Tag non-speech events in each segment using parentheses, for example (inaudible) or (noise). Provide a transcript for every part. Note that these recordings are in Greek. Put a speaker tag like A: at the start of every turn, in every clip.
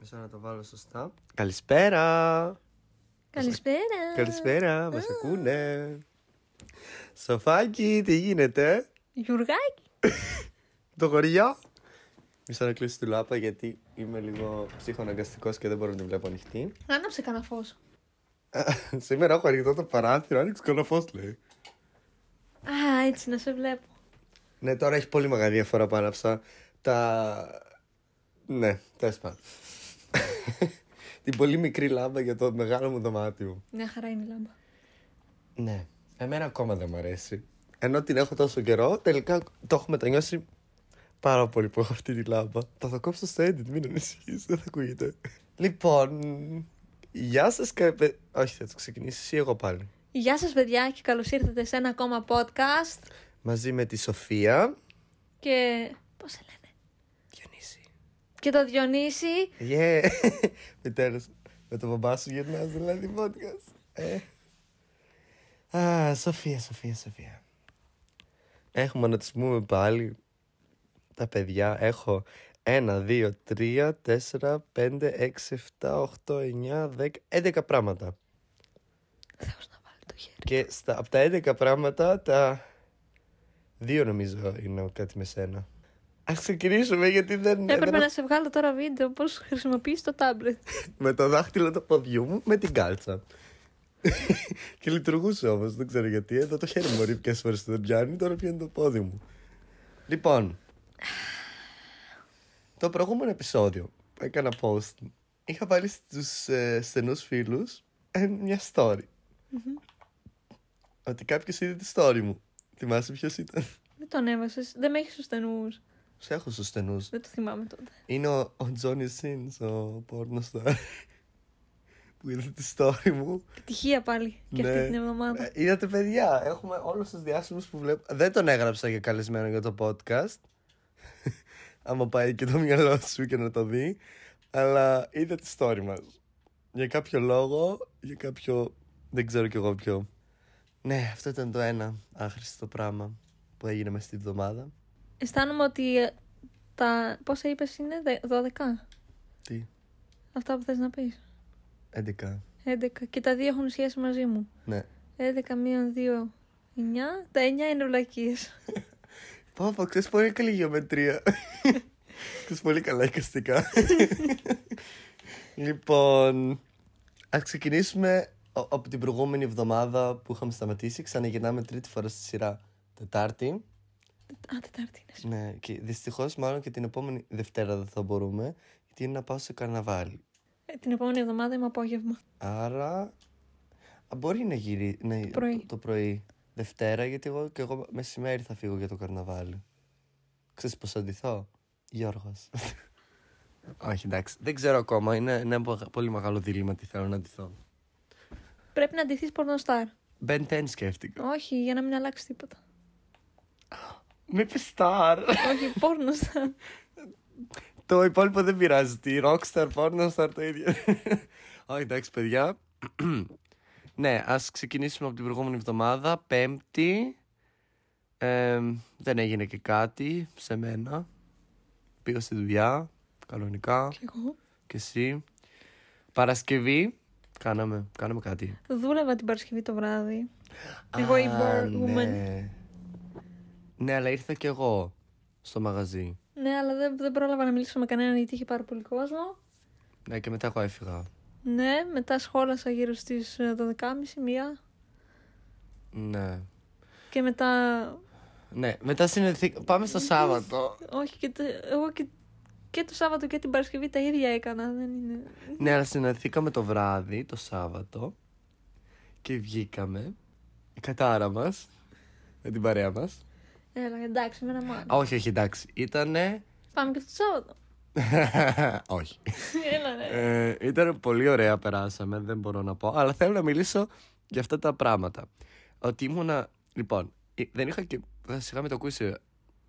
A: Μισό να το βάλω σωστά.
B: Καλησπέρα!
C: Καλησπέρα.
B: Καλησπέρα, μας ακούνε! Σοφάκι, τι γίνεται?
C: Γιουργάκη.
B: Το χωριό! Μισό να κλείσω τη λάπα γιατί είμαι λίγο ψυχοναγκαστικός και δεν μπορώ να την βλέπω ανοιχτή.
C: Άναψε κανένα φως.
B: Σήμερα έχω ανοιχτό το παράθυρο, άνοιξε κανένα φως λέει.
C: Α, έτσι να σε βλέπω.
B: Ναι, τώρα έχει πολύ μεγάλη διαφορά που άναψα. Τα. Ναι, τέλος πάντων. (laughs) Την πολύ μικρή λάμπα για το μεγάλο μου δωμάτιο.
C: Μια χαρά είναι η λάμπα.
B: Ναι. Εμένα ακόμα δεν μου αρέσει. Ενώ την έχω τόσο καιρό, τελικά το έχω μετανιώσει πάρα πολύ που έχω αυτή τη λάμπα. Θα το κόψω στο edit, μην ανησυχείς, δεν θα ακούγεται. Λοιπόν, γεια σας και... παι- Όχι, θα το ξεκινήσεις ή εγώ πάλι.
C: Γεια σας παιδιά και καλώς ήρθατε σε ένα ακόμα podcast
B: Μαζί με τη Σοφία.
C: και... πώς σε λένε...
B: Διονύση.
C: Και το Διονύση
B: Yeah. Επιτέλους, με το μπαμπά σου γυρνάς δηλαδή podcast. Ε. Α, Σοφία, Σοφία, Σοφία. Έχουμε να τις πούμε πάλι τα παιδιά. Έχω 1, 2, 3, 4, 5, 6, 7, 8, 9, 10, 11 πράγματα.
C: Θεός να βάλει το χέρι
B: Και στα, από τα 11 πράγματα, τα δύο νομίζω είναι κάτι με σένα. Ας ξεκινήσουμε γιατί δεν...
C: Έπρεπε
B: δεν
C: να σε βγάλω τώρα βίντεο πώς χρησιμοποιείς το τάμπλετ
B: με το δάχτυλο του ποδιού μου με την κάλτσα. (laughs) και λειτουργούσε όμως, δεν ξέρω γιατί. Εδώ το χέρι μου ρίπει φορέ δεν πιάνει, τώρα πιάνει το πόδι μου. Λοιπόν, το προηγούμενο επεισόδιο που έκανα post, είχα βάλει στους ε, στενούς φίλους μια story. Ότι κάποιος είδε τη story μου. Θυμάσαι ποιος ήταν.
C: Δεν το ανέβασες, δεν με έχεις στους στενούς
B: Σε έχω στους στενούς.
C: Δεν το θυμάμαι τότε
B: Είναι ο, ο Τζόνι Σιν, ο πόρνοσταρ. (laughs) που είδε τη story μου.
C: Επιτυχία πάλι και αυτή την εβδομάδα
B: Ε, Είδατε, παιδιά, έχουμε όλους τους διάσημους που βλέπω. Δεν τον έγραψα για καλεσμένο για το podcast. (laughs) Άμα πάει και το μυαλό σου και να το δει. Αλλά είδα τη story μας. Για κάποιο λόγο, για κάποιο. Δεν ξέρω κι εγώ ποιο. Ναι, αυτό ήταν το ένα άχρηστο πράγμα που έγινε μέσα στη βδομάδα.
C: Αισθάνομαι ότι ε, τα... πόσα είπες είναι, δε- 12
B: Τι,
C: Αυτά που θες να πεις
B: 11.
C: 11 και τα δύο έχουν σχέση μαζί μου
B: Ναι.
C: 11 μείον 2, 9. Τα 9 είναι βλακίες.
B: Πω, πω, ξέρεις πολύ καλή γεωμετρία. ξέρεις πολύ καλά εικαστικά. λοιπόν, ας ξεκινήσουμε α- από την προηγούμενη εβδομάδα που είχαμε σταματήσει. Ξαναγυρνάμε τρίτη φορά στη σειρά Τετάρτη.
C: Α, Τετάρτη είναι.
B: Ναι, και δυστυχώς μάλλον και την επόμενη Δευτέρα δεν θα μπορούμε, γιατί είναι να πάω σε καρναβάλι.
C: Ε, Την επόμενη εβδομάδα είμαι απόγευμα.
B: Άρα, α, μπορεί να γυρίσει το,
C: πρωί.
B: το πρωί Δευτέρα, γιατί εγώ και εγώ μεσημέρι θα φύγω για το καρναβάλι. Ξέρεις πως θα ντυθώ, Γιώργος. (laughs) Όχι, εντάξει. Δεν ξέρω ακόμα. Είναι ένα πο- πολύ μεγάλο δίλημα τι θέλω να ντυθώ.
C: Πρέπει να αντιθείς πορνοστάρ.
B: Ben 10 σκέφτηκα.
C: Όχι, για να μην αλλάξει τίποτα.
B: Με πεστάρ.
C: Όχι, πορνοστάρ.
B: το υπόλοιπο δεν πειράζει. Τι rockstar, pornostar, το ίδιο. (laughs) Όχι, εντάξει, παιδιά. (clears throat) ναι, ας ξεκινήσουμε από την προηγούμενη εβδομάδα. Πέμπτη. Ε, δεν έγινε και κάτι σε μένα. Πήγα στη δουλειά, κανονικά.
C: Κι εγώ.
B: Και εσύ. Παρασκευή. Κάναμε, κάναμε κάτι.
C: Δούλευα την Παρασκευή το βράδυ. Εγώ η
B: Α,
C: bird woman.
B: Ναι. ναι, αλλά ήρθα κι εγώ στο μαγαζί.
C: Ναι, αλλά δεν, δεν πρόλαβα να μιλήσω με κανέναν γιατί είχε πάρα πολύ κόσμο.
B: Ναι, και μετά εγώ έφυγα.
C: Ναι, μετά σχόλασα γύρω στις 12.30 μία.
B: Ναι.
C: Και μετά.
B: Ναι, μετά συνεχίσαμε. Πάμε στο Σάββατο.
C: Όχι, και το, εγώ και, και το Σάββατο και την Παρασκευή τα ίδια έκανα. Δεν είναι.
B: ναι, αλλά συναντηθήκαμε το βράδυ, το Σάββατο. Και βγήκαμε. Η κατάρα μας. Με την παρέα μας.
C: Έλα, εντάξει, με ένα μάτι.
B: Όχι, όχι, εντάξει. Ήτανε. (laughs)
C: Πάμε και το Σάββατο. (laughs)
B: όχι.
C: Έλα, ρε.
B: Ε, ήταν πολύ ωραία, περάσαμε, δεν μπορώ να πω. Αλλά θέλω να μιλήσω για αυτά τα πράγματα. Ότι ήμουνα. Λοιπόν, ε, δεν είχα και. Θα σιγά με το ακούσει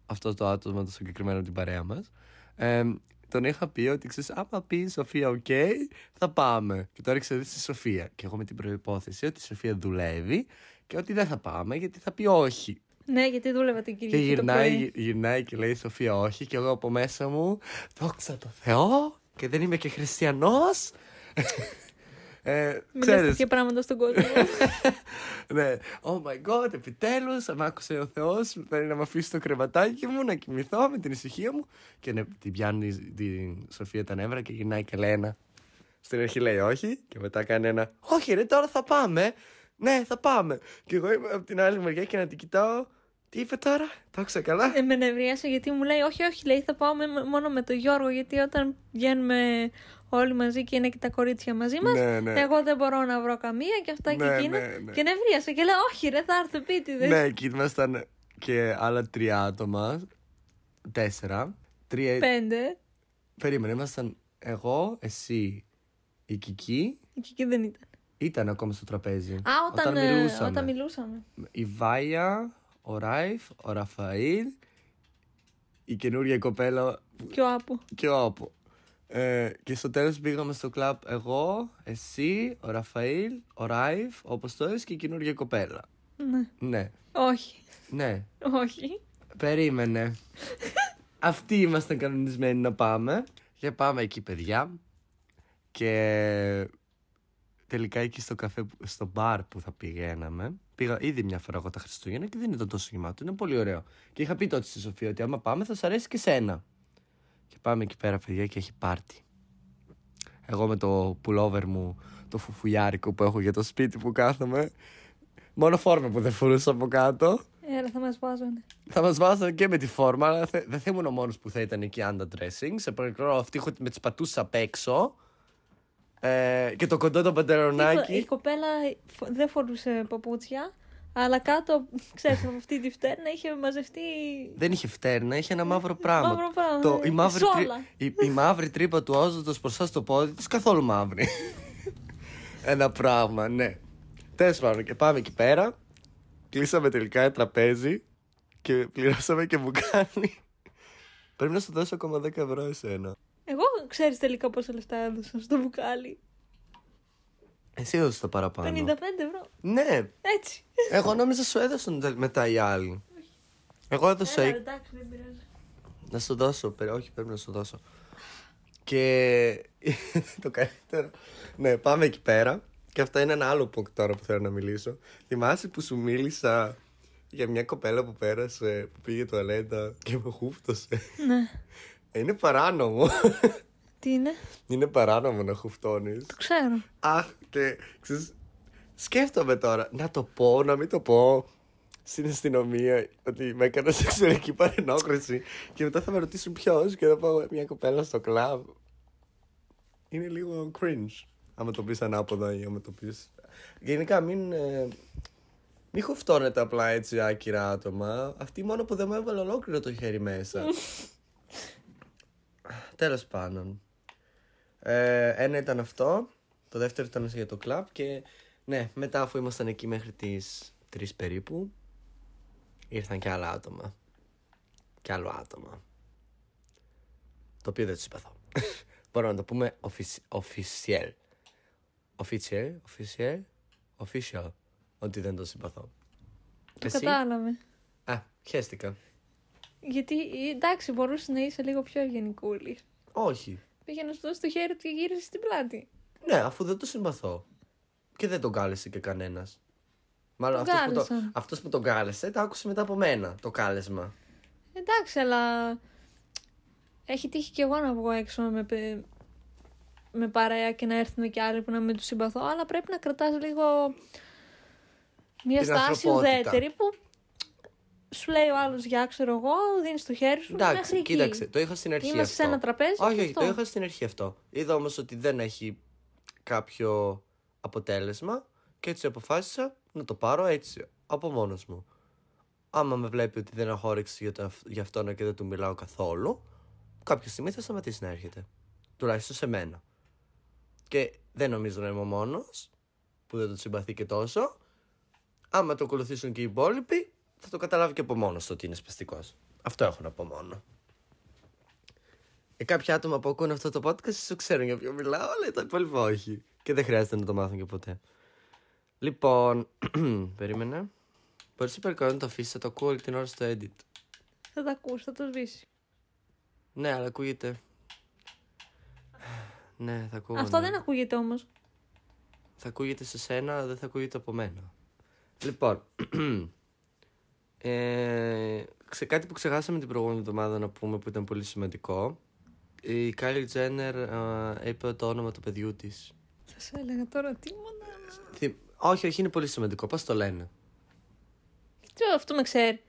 B: αυτός το άτομο το συγκεκριμένο από την παρέα μας. Ε, τον είχα πει ότι ξέρεις, άμα πεις η Σοφία, οκ, θα πάμε. Και τώρα ξέρει τη Σοφία. Και εγώ με την προπόθεση ότι η Σοφία δουλεύει και ότι δεν θα πάμε γιατί θα πει όχι.
C: Ναι, γιατί δούλευα την
B: Και
C: Κυριακή. το
B: γυρνάει,
C: πρωί.
B: γυ- γυρνάει και λέει η Σοφία όχι και εγώ από μέσα μου δόξα τω Θεώ
C: Μιλάς
B: ξέρεις,
C: και πράγματα στον κόσμο.
B: ναι. Oh my god, επιτέλους, μ' άκουσε ο Θεός, θέλει να με αφήσει το κρεβατάκι μου, να κοιμηθώ με την ησυχία μου. Και ναι, την πιάνει την Σοφία τα νεύρα και γυρνάει και λέει ένα. Στην αρχή λέει όχι και μετά κάνει ένα όχι ρε τώρα θα πάμε. Ναι, θα πάμε. Και εγώ είμαι από την άλλη μεριά και να την κοιτάω. Τι είπε τώρα, τα άκουσα καλά.
C: Ε, με νευρίασε γιατί μου λέει: Όχι, όχι, λέει, θα πάω με- μόνο με τον Γιώργο. Γιατί όταν βγαίνουμε όλοι μαζί και είναι και τα κορίτσια μαζί μας,
B: Ναι, ναι.
C: εγώ δεν μπορώ να βρω καμία και αυτά και
B: Ναι,
C: εκείνα.
B: ναι, ναι.
C: Και νευρίασε και λέω: Όχι, ρε, θα έρθω πίτι.
B: Ναι, εκεί ήμασταν και άλλα τρία άτομα. Τέσσερα. Τρία.
C: Πέντε.
B: Περίμενε, ήμασταν εγώ, εσύ, η Κική.
C: Και εκεί δεν ήταν.
B: Ήταν ακόμα στο τραπέζι.
C: Α, όταν, ε,
B: μιλούσαμε.
C: όταν μιλούσαμε.
B: Η Βάια, ο Ράιφ, ο Ραφαήλ, η καινούργια κοπέλα
C: Και ο Άπου.
B: και ο Άπο. Ε, και στο τέλος πήγαμε στο κλαμπ εγώ, εσύ, ο Ραφαήλ, ο Ράιφ, ο Αποστόλης και η καινούργια κοπέλα.
C: Ναι.
B: Ναι,
C: Όχι.
B: ναι.
C: Όχι.
B: Περίμενε. Αυτοί ήμασταν κανονισμένοι να πάμε. Και πάμε εκεί, παιδιά. Και τελικά εκεί στο καφέ, που- στο μπαρ που θα πηγαίναμε. Πήγα ήδη μια φορά εγώ τα Χριστούγεννα και δεν ήταν τόσο γεμάτο. Είναι πολύ ωραίο. Και είχα πει τότε στη Σοφία ότι άμα πάμε θα σ' αρέσει και σένα. Και πάμε εκεί πέρα, παιδιά, και έχει πάρτι. Εγώ με το πουλόβερ μου, το φουφουλιάρικο που έχω για το σπίτι που κάθομαι. Μόνο φόρμα που δεν φορούσα από κάτω.
C: Έλα, θα μας βάζανε.
B: Θα μας βάζανε και με τη φόρμα, αλλά θε- δεν θα ήμουν ο μόνος που θα ήταν εκεί underdressing. Σε παρακαλώ, αυτή έχω με τις πατούσες απ' έξω. Ε, και το κοντό το
C: Η,
B: παντερονάκι.
C: κοπέλα φο- δεν φορούσε παπούτσια, αλλά κάτω, ξέρεις, από αυτή τη φτέρνα είχε μαζευτεί.
B: δεν είχε φτέρνα, είχε ένα μαύρο πράγμα.
C: Μαύρο πράγμα,
B: Το,
C: ναι.
B: η, μαύρη τρύπα-
C: Σόλα.
B: η, η μαύρη τρύπα του όζοντο μπροστά στο πόδι της καθόλου μαύρη. (laughs) ένα πράγμα, ναι. Τέλος πάντων, και πάμε εκεί πέρα. Κλείσαμε τελικά ένα τραπέζι και πληρώσαμε και μου κάνει. (laughs) Πρέπει να σου δώσω ακόμα 10 ευρώ εσένα.
C: Εγώ ξέρεις τελικά πόσα λεφτά έδωσα στο μπουκάλι.
B: Εσύ έδωσες τα παραπάνω.
C: 55 ευρώ.
B: Ναι,
C: Έτσι.
B: εγώ νόμιζα σου έδωσαν τα- μετά οι άλλοι. Εγώ έδωσα.
C: Έλα,
B: είκ-
C: εντάξει, δεν πειράζει.
B: Να σου δώσω, περι- όχι, πρέπει να σου δώσω. Και (laughs) το καλύτερο. Ναι, πάμε εκεί πέρα. Και αυτό είναι ένα άλλο που τώρα που θέλω να μιλήσω. Θυμάσαι που σου μίλησα για μια κοπέλα που πέρασε, που πήγε τουαλέτα και με χούφτωσε. (laughs)
C: Ναι.
B: Είναι παράνομο. (laughs)
C: Τι είναι,
B: Είναι παράνομο να χουφτώνεις.
C: το ξέρω.
B: Αχ, και ξέρεις, σκέφτομαι τώρα να το πω, να μην το πω στην αστυνομία ότι με έκανα σεξουαλική παρενόχληση και μετά θα με ρωτήσουν ποιος και θα πάω μια κοπέλα στο κλαμπ. Είναι λίγο cringe. Άμα το πεις ανάποδα ή άμα το πεις. Γενικά μην. Ε, μην χοφτώνετε απλά έτσι άκυρα άτομα. Αυτή μόνο που δεν μου έβαλε ολόκληρο το χέρι μέσα. Τέλος πάντων. Ε, ένα ήταν αυτό. Το δεύτερο ήταν για το κλαμπ. Και ναι, μετά αφού ήμασταν εκεί μέχρι τις 3 περίπου, ήρθαν και άλλα άτομα. Και άλλο άτομα. Το οποίο δεν του συμπαθώ. (laughs) Μπορώ να το πούμε offici- official. Official, official, official. Ότι δεν το συμπαθώ.
C: Το κατάλαβε.
B: Α, χαίστηκα.
C: Γιατί εντάξει, μπορούσες να είσαι λίγο πιο ευγενικούλης.
B: Όχι.
C: Πήγαινε να σου δώσει το χέρι του και γύρισε στην πλάτη.
B: Ναι, αφού δεν το συμπαθώ. Και δεν τον κάλεσε και κανένας. Μάλλον
C: Τον
B: αυτός που, το,
C: κάλεσαν.
B: αυτός που τον κάλεσε τα άκουσε μετά από μένα το κάλεσμα.
C: Εντάξει, αλλά έχει τύχει και εγώ να βγω έξω με, πε- με παρέα και να έρθουμε και άλλοι που να μην τους συμπαθώ, αλλά πρέπει να κρατάς λίγο μια
B: Την
C: στάση
B: ανθρωπότητα.
C: ουδέτερη που σου λέει ο άλλος για ξέρω εγώ, δίνεις το χέρι σου μέχρι
B: Εντάξει,
C: εκεί.
B: κοίταξε, το είχα στην αρχή
C: Είμαστε
B: αυτό.
C: σε ένα τραπέζι
B: Όχι,
C: και
B: όχι, το
C: αυτό.
B: είχα στην αρχή αυτό. Είδα όμως ότι δεν έχει κάποιο αποτέλεσμα και έτσι αποφάσισα να το πάρω έτσι, από μόνος μου. Άμα με βλέπει ότι δεν έχω όρεξη για, το, για αυτόν και δεν του μιλάω καθόλου, κάποια στιγμή θα σταματήσει να έρχεται. Τουλάχιστον σε μένα. Και δεν νομίζω να είμαι ο μόνος που δεν τον συμπαθεί και τόσο. Άμα το ακολουθήσουν και οι υπόλοιποι, θα το καταλάβει και από μόνος του ότι είναι σπαστικός. Αυτό έχω να πω μόνο. Ε, κάποια άτομα που ακούνε αυτό το podcast σου ξέρουν για ποιο μιλάω, αλλά τα υπόλοιπα όχι. Και δεν χρειάζεται να το μάθουν και ποτέ. Λοιπόν, (clears throat) περίμενε. Μπορεί υπερκαλώ να το αφήσεις, θα το ακούω όλη την ώρα στο edit.
C: Θα τα ακούσει, θα το σβήσεις.
B: Ναι, αλλά ακούγεται. Ναι, θα ακούγονται.
C: Αυτό δεν ακούγεται όμως.
B: Θα ακούγεται σε σένα, δεν θα ακούγεται από μένα. Λοιπόν, (clears throat) ε, ξε, κάτι που ξεχάσαμε την προηγούμενη εβδομάδα να πούμε που ήταν πολύ σημαντικό. Η Kylie Jenner ε, είπε το όνομα του παιδιού της.
C: Θα σε έλεγα τώρα τίποτα.
B: Θυ- όχι, όχι, είναι πολύ σημαντικό. Πώς το λένε.
C: Τι ωραίο, αυτό με ξέρει.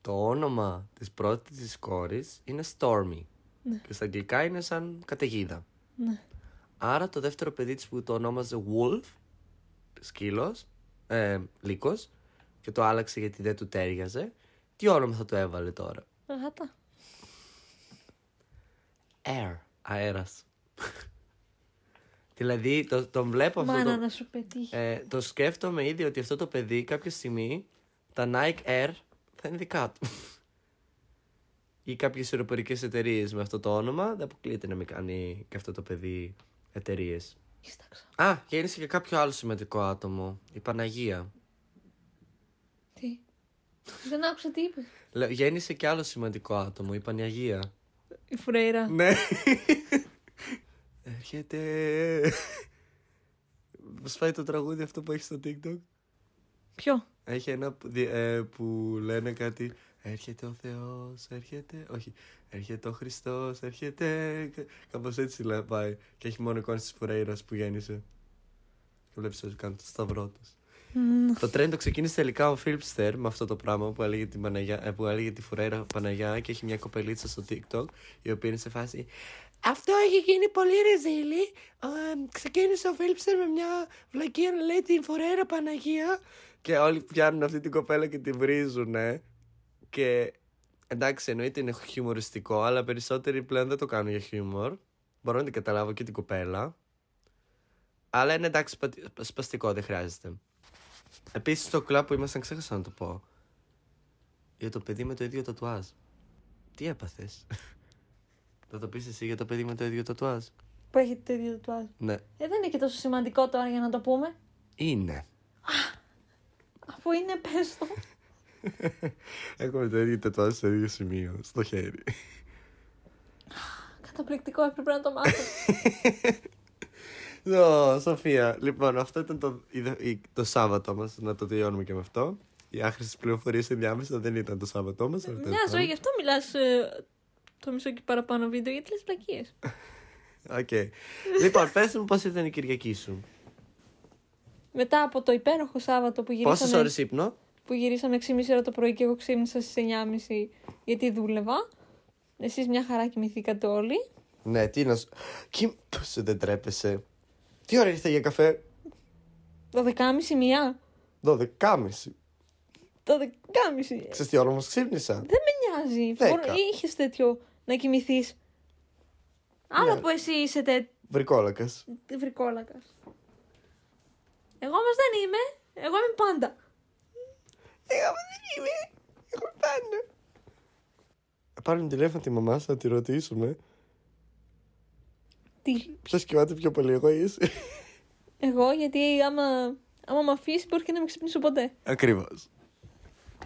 B: Το όνομα της πρώτης της κόρης είναι Stormy. Και στα αγγλικά είναι σαν καταιγίδα.
C: Ναι.
B: Άρα το δεύτερο παιδί της που το ονόμαζε Wolf, σκύλος, ε, λύκος, και το άλλαξε γιατί δεν του τέριαζε, τι όνομα θα το έβαλε τώρα.
C: Γάτα.
B: Air, αέρας. (laughs) δηλαδή το, τον βλέπω αυτό
C: Μάνα
B: το,
C: να σου πετύχει.
B: ε, το σκέφτομαι ήδη ότι αυτό το παιδί κάποια στιγμή τα Nike Air θα είναι δικά του. Ή κάποιες αεροπορικές εταιρείες με αυτό το όνομα δεν αποκλείεται να μην κάνει και αυτό το παιδί εταιρείες.
C: Κοίταξα.
B: Α, γέννησε και κάποιο άλλο σημαντικό άτομο. Η Παναγία.
C: Τι. Δεν άκουσα τι είπες.
B: Λέω, Γέννησε και άλλο σημαντικό άτομο, η Παναγία.
C: Η Φουρέιρα.
B: Ναι. Έρχεται. Μας φάει το τραγούδι αυτό που έχει στο TikTok.
C: Ποιο.
B: Έχει ένα που, δι- ε, που λένε κάτι. Έρχεται ο Θεός, έρχεται. Όχι. Έρχεται ο Χριστός, έρχεται. Κα- κάπως έτσι λέει, πάει. Και έχει μόνο εικόνες της Φουρέιρας που γέννησε. Και βλέπεις ότι κάνουν το σταυρό τους.
C: Μμμ.
B: Το τρέντο ξεκίνησε τελικά ο Φίλπστερ με αυτό το πράγμα που έλεγε, την Παναγιά, ε, που έλεγε τη Φουρέρα Παναγιά και έχει μια κοπελίτσα στο TikTok η οποία είναι σε φάση Αυτό έχει γίνει πολύ ρεζίλη. Ε, ξεκίνησε ο Φίλπστερ με μια βλακία να λέει την Φουρέρα Παναγία και όλοι πιάνουν αυτή την κοπέλα και την βρίζουνε και εντάξει εννοείται είναι χιουμοριστικό αλλά περισσότεροι πλέον δεν το κάνουν για χιούμορ. Μπορώ να την καταλάβω και την κοπέλα. Αλλά είναι εντάξει σπα- σπαστικό, δεν χρειάζεται. Επίσης στο κλαμπ που ήμασταν, ξέχασα να το πω. Για το παιδί με το ίδιο τατουάζ. Τι έπαθες. (laughs) Θα το πεις εσύ για το παιδί με το ίδιο τατουάζ.
C: Που έχει το ίδιο του άλλου.
B: Ναι.
C: Ε, δεν είναι και τόσο σημαντικό τώρα για να το πούμε.
B: Είναι.
C: Αφού είναι, πες το.
B: Έχουμε το ίδιο τατουάζ στο ίδιο σημείο, στο χέρι.
C: Καταπληκτικό, έπρεπε να το μάθω.
B: Ω, Σοφία. Λοιπόν, αυτό ήταν το, η δε- η- το Σάββατό μας. Να το τελειώνουμε και με αυτό. Οι άχρηστες πληροφορίες ενδιάμεσα δεν ήταν το Σάββατό μας.
C: Μια ζωή, γι' αυτό μιλάς το μισό και παραπάνω βίντεο, γιατί λες πλακίε.
B: Οκ. Λοιπόν, πες μου πώς ήταν η Κυριακή σου.
C: Μετά από το υπέροχο Σάββατο που
B: Πόσε
C: γυρίσαμε,
B: ώρες ύπνο.
C: που γυρίσαμε 6.30 ώρα το πρωί και εγώ ξύπνησα στις 9.30 γιατί δούλευα. Εσείς μια χαρά κοιμηθήκατε όλοι.
B: Ναι, τι να σου. Κι... Τόσο δεν τρέπεσαι. Τι ώρα ήρθε για καφέ,
C: 12.30 μία.
B: 12.30.
C: 12.30.
B: Ξέρεις τι ώρα όμως ξύπνησα.
C: Δεν με νοιάζει.
B: Δέκα.
C: Είχες τέτοιο να κοιμηθείς. Άλλο
B: Ναι.
C: που εσύ είσαι τέτοιο.
B: Βρικόλακας.
C: βρικόλακας. Εγώ όμως δεν είμαι. Εγώ είμαι πάντα.
B: Εγώ Ε, δεν είμαι. Εγώ πάνω. Πάρουμε Ε, τηλέφωνο τη μαμά σου να τη ρωτήσουμε
C: Τι.
B: ποιος κοιμάται πιο πολύ, εγώ ή εσύ.
C: Εγώ γιατί άμα, άμα με αφήσει μπορεί και να μην ξυπνήσω ποτέ.
B: Ακριβώς.